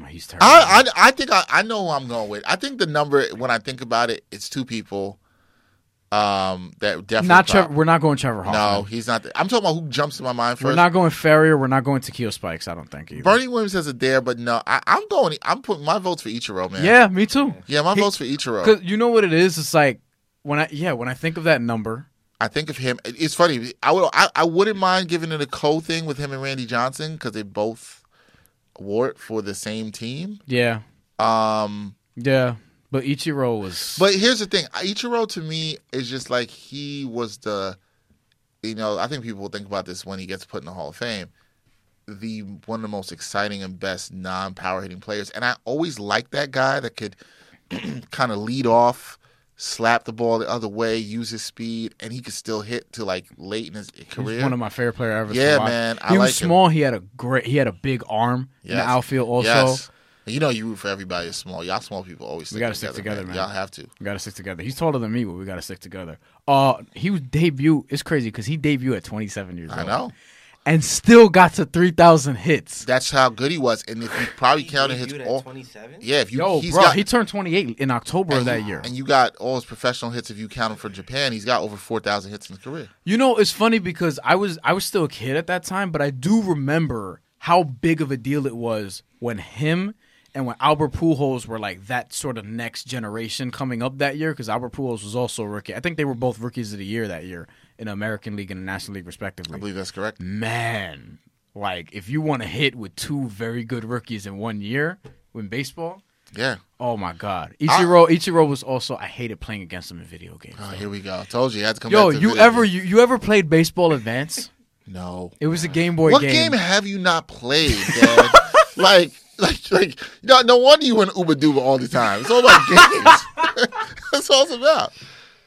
S2: Oh, he's terrible.
S1: I, I I think I, I know who I'm going with. I think the number when I think about it, it's two people. Um, that definitely
S2: not Trevor,
S1: prob-
S2: we're not going Trevor
S1: No,
S2: Hoffman.
S1: he's not. The, I'm talking about who jumps to my mind 1st
S2: we're not going Farrier. We're not going Tequila Spikes. I don't think either.
S1: Bernie Williams has a dare, but no, I, I'm going. I'm putting my votes for Ichiro, man.
S2: yeah, me too.
S1: yeah, my
S2: He-
S1: votes for Ichiro.
S2: Because you know what it is. It's like when I yeah when I think of that number.
S1: I think of him. it- It's funny. I would. I, I wouldn't mind giving it a co thing with him and Randy Johnson because they both award for the same team.
S2: Yeah,
S1: Um,
S2: yeah. But Ichiro was.
S1: But here's the thing, Ichiro to me is just like he was the, you know, I think people will think about this when he gets put in the Hall of Fame, the one of the most exciting and best non-power hitting players, and I always liked that guy that could <clears throat> kind of lead off, slap the ball the other way, use his speed, and he could still hit to like late in his
S2: He's
S1: career.
S2: one of my favorite player ever. to
S1: Yeah,
S2: watch.
S1: man, I
S2: He
S1: like
S2: was
S1: him.
S2: small. He had a great. He had a big arm in the
S1: Yes.
S2: outfield. Also,
S1: Yes. And You know, you root for everybody that's small. Y'all small people always. Stick
S2: gotta stick together, man.
S1: Y'all have to.
S2: we gotta stick together. He's taller than me, but we gotta stick together. Uh, he was debut. It's crazy because he debuted at 27 years
S1: I
S2: old.
S1: know.
S2: and still got to 3,000 hits.
S1: That's how good he was, and if you probably
S3: He
S1: counted his
S3: debuted
S1: all.
S3: at 27.
S1: Yeah, if you
S2: Yo,
S1: he's
S2: bro,
S1: got-
S2: he turned 28 in October of that
S1: you-
S2: year.
S1: And you got all his professional hits if you count him for Japan. He's got over 4,000 hits in his career.
S2: You know, it's funny because I was I was still a kid at that time, but I do remember how big of a deal it was when him and when Albert Pujols were like that sort of next generation coming up that year because Albert Pujols was also a rookie. I think they were both rookies of the year that year in the American League and the National League respectively.
S1: I believe that's correct.
S2: man, like if you want to hit with two very good rookies in one year in baseball,
S1: Yeah.
S2: oh my god. Ichiro Ichiro was also I hated playing against him in video games.
S1: Oh, here we go. Told you. you had to come
S2: Yo,
S1: back to the
S2: you
S1: video
S2: ever
S1: game.
S2: you, you ever played baseball advance?
S1: No.
S2: It was a Game Boy
S1: What
S2: game.
S1: game have you not
S2: <laughs>
S1: played, Dad? like, like, like, no, no wonder you went Uber Duba all the time. It's all about games. <laughs> that's all it's <laughs> about.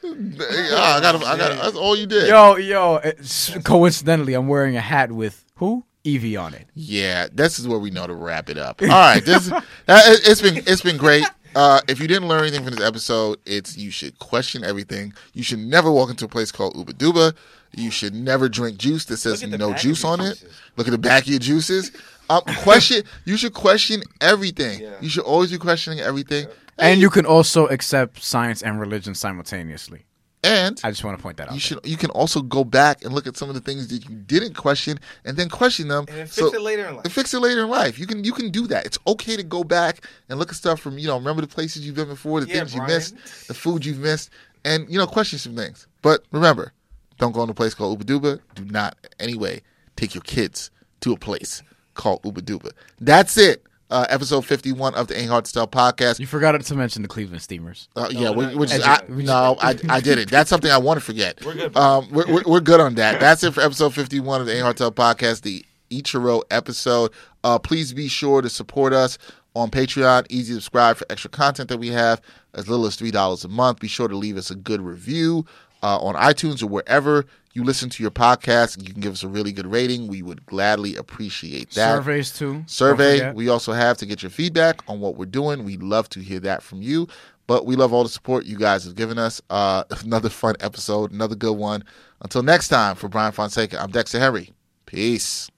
S1: Ah, I got, I got, that's all you did.
S2: Yo, yo, it's, coincidentally I'm wearing a hat with who? Evie on it.
S1: Yeah, this is where we know to wrap it up. All right, <laughs> this uh, it- it's been it's been great. Uh, if you didn't learn anything from this episode, it's you should question everything. You should never walk into a place called Uba Duba. You should never drink juice that says
S3: Look at the
S1: no
S3: back of
S1: juice
S3: your
S1: on it.
S3: juices.
S1: Look at the back of your juices. Um, question. you should question everything.
S3: Yeah.
S1: You should always be questioning everything.
S2: And you can also accept science and religion simultaneously.
S1: And
S2: I just want to point that
S1: you
S2: out. there.
S1: should. You can also go back and look at some of the things that you didn't question, and then question them.
S3: And then fix
S1: So-
S3: it later in life.
S1: and fix it later in life. You can you can do that. It's okay to go back and look at stuff from you know remember the places you've been before, the
S3: Yeah,
S1: things
S3: Brian.
S1: you missed, the food you've missed, and you know question some things. But remember, don't go in a place called Uba Duba. Do not anyway take your kids to a place called Uba Duba. That's it. Uh, episode fifty one of the Ain't Hard to Style podcast.
S2: You forgot to mention the Cleveland Steamers.
S1: Uh, yeah,
S3: we're
S1: we
S3: not
S1: which
S3: gonna
S1: is,
S3: do
S1: I,
S3: that.
S1: no, I, I did it. That's something I want to forget. We're
S3: good, bro.
S1: Um, we're, we're, we're good on that. That's it for episode 51 of the A Hotel Podcast, the Ichiro episode. Uh, please be sure to support us on Patreon. Easy to subscribe for extra content that we have, as little as $3 a month. Be sure to leave us a good review uh, on iTunes or wherever you listen to your podcast. You can give us a really good rating. We would gladly appreciate that
S2: Surveys too. Mm-hmm. Don't
S1: survey
S2: forget.
S1: we also have to get your feedback on what we're doing we love to hear that from you but we love all the support you guys have given us uh, <laughs> another fun episode another good one until next time for brian fonseca i'm dexter henry peace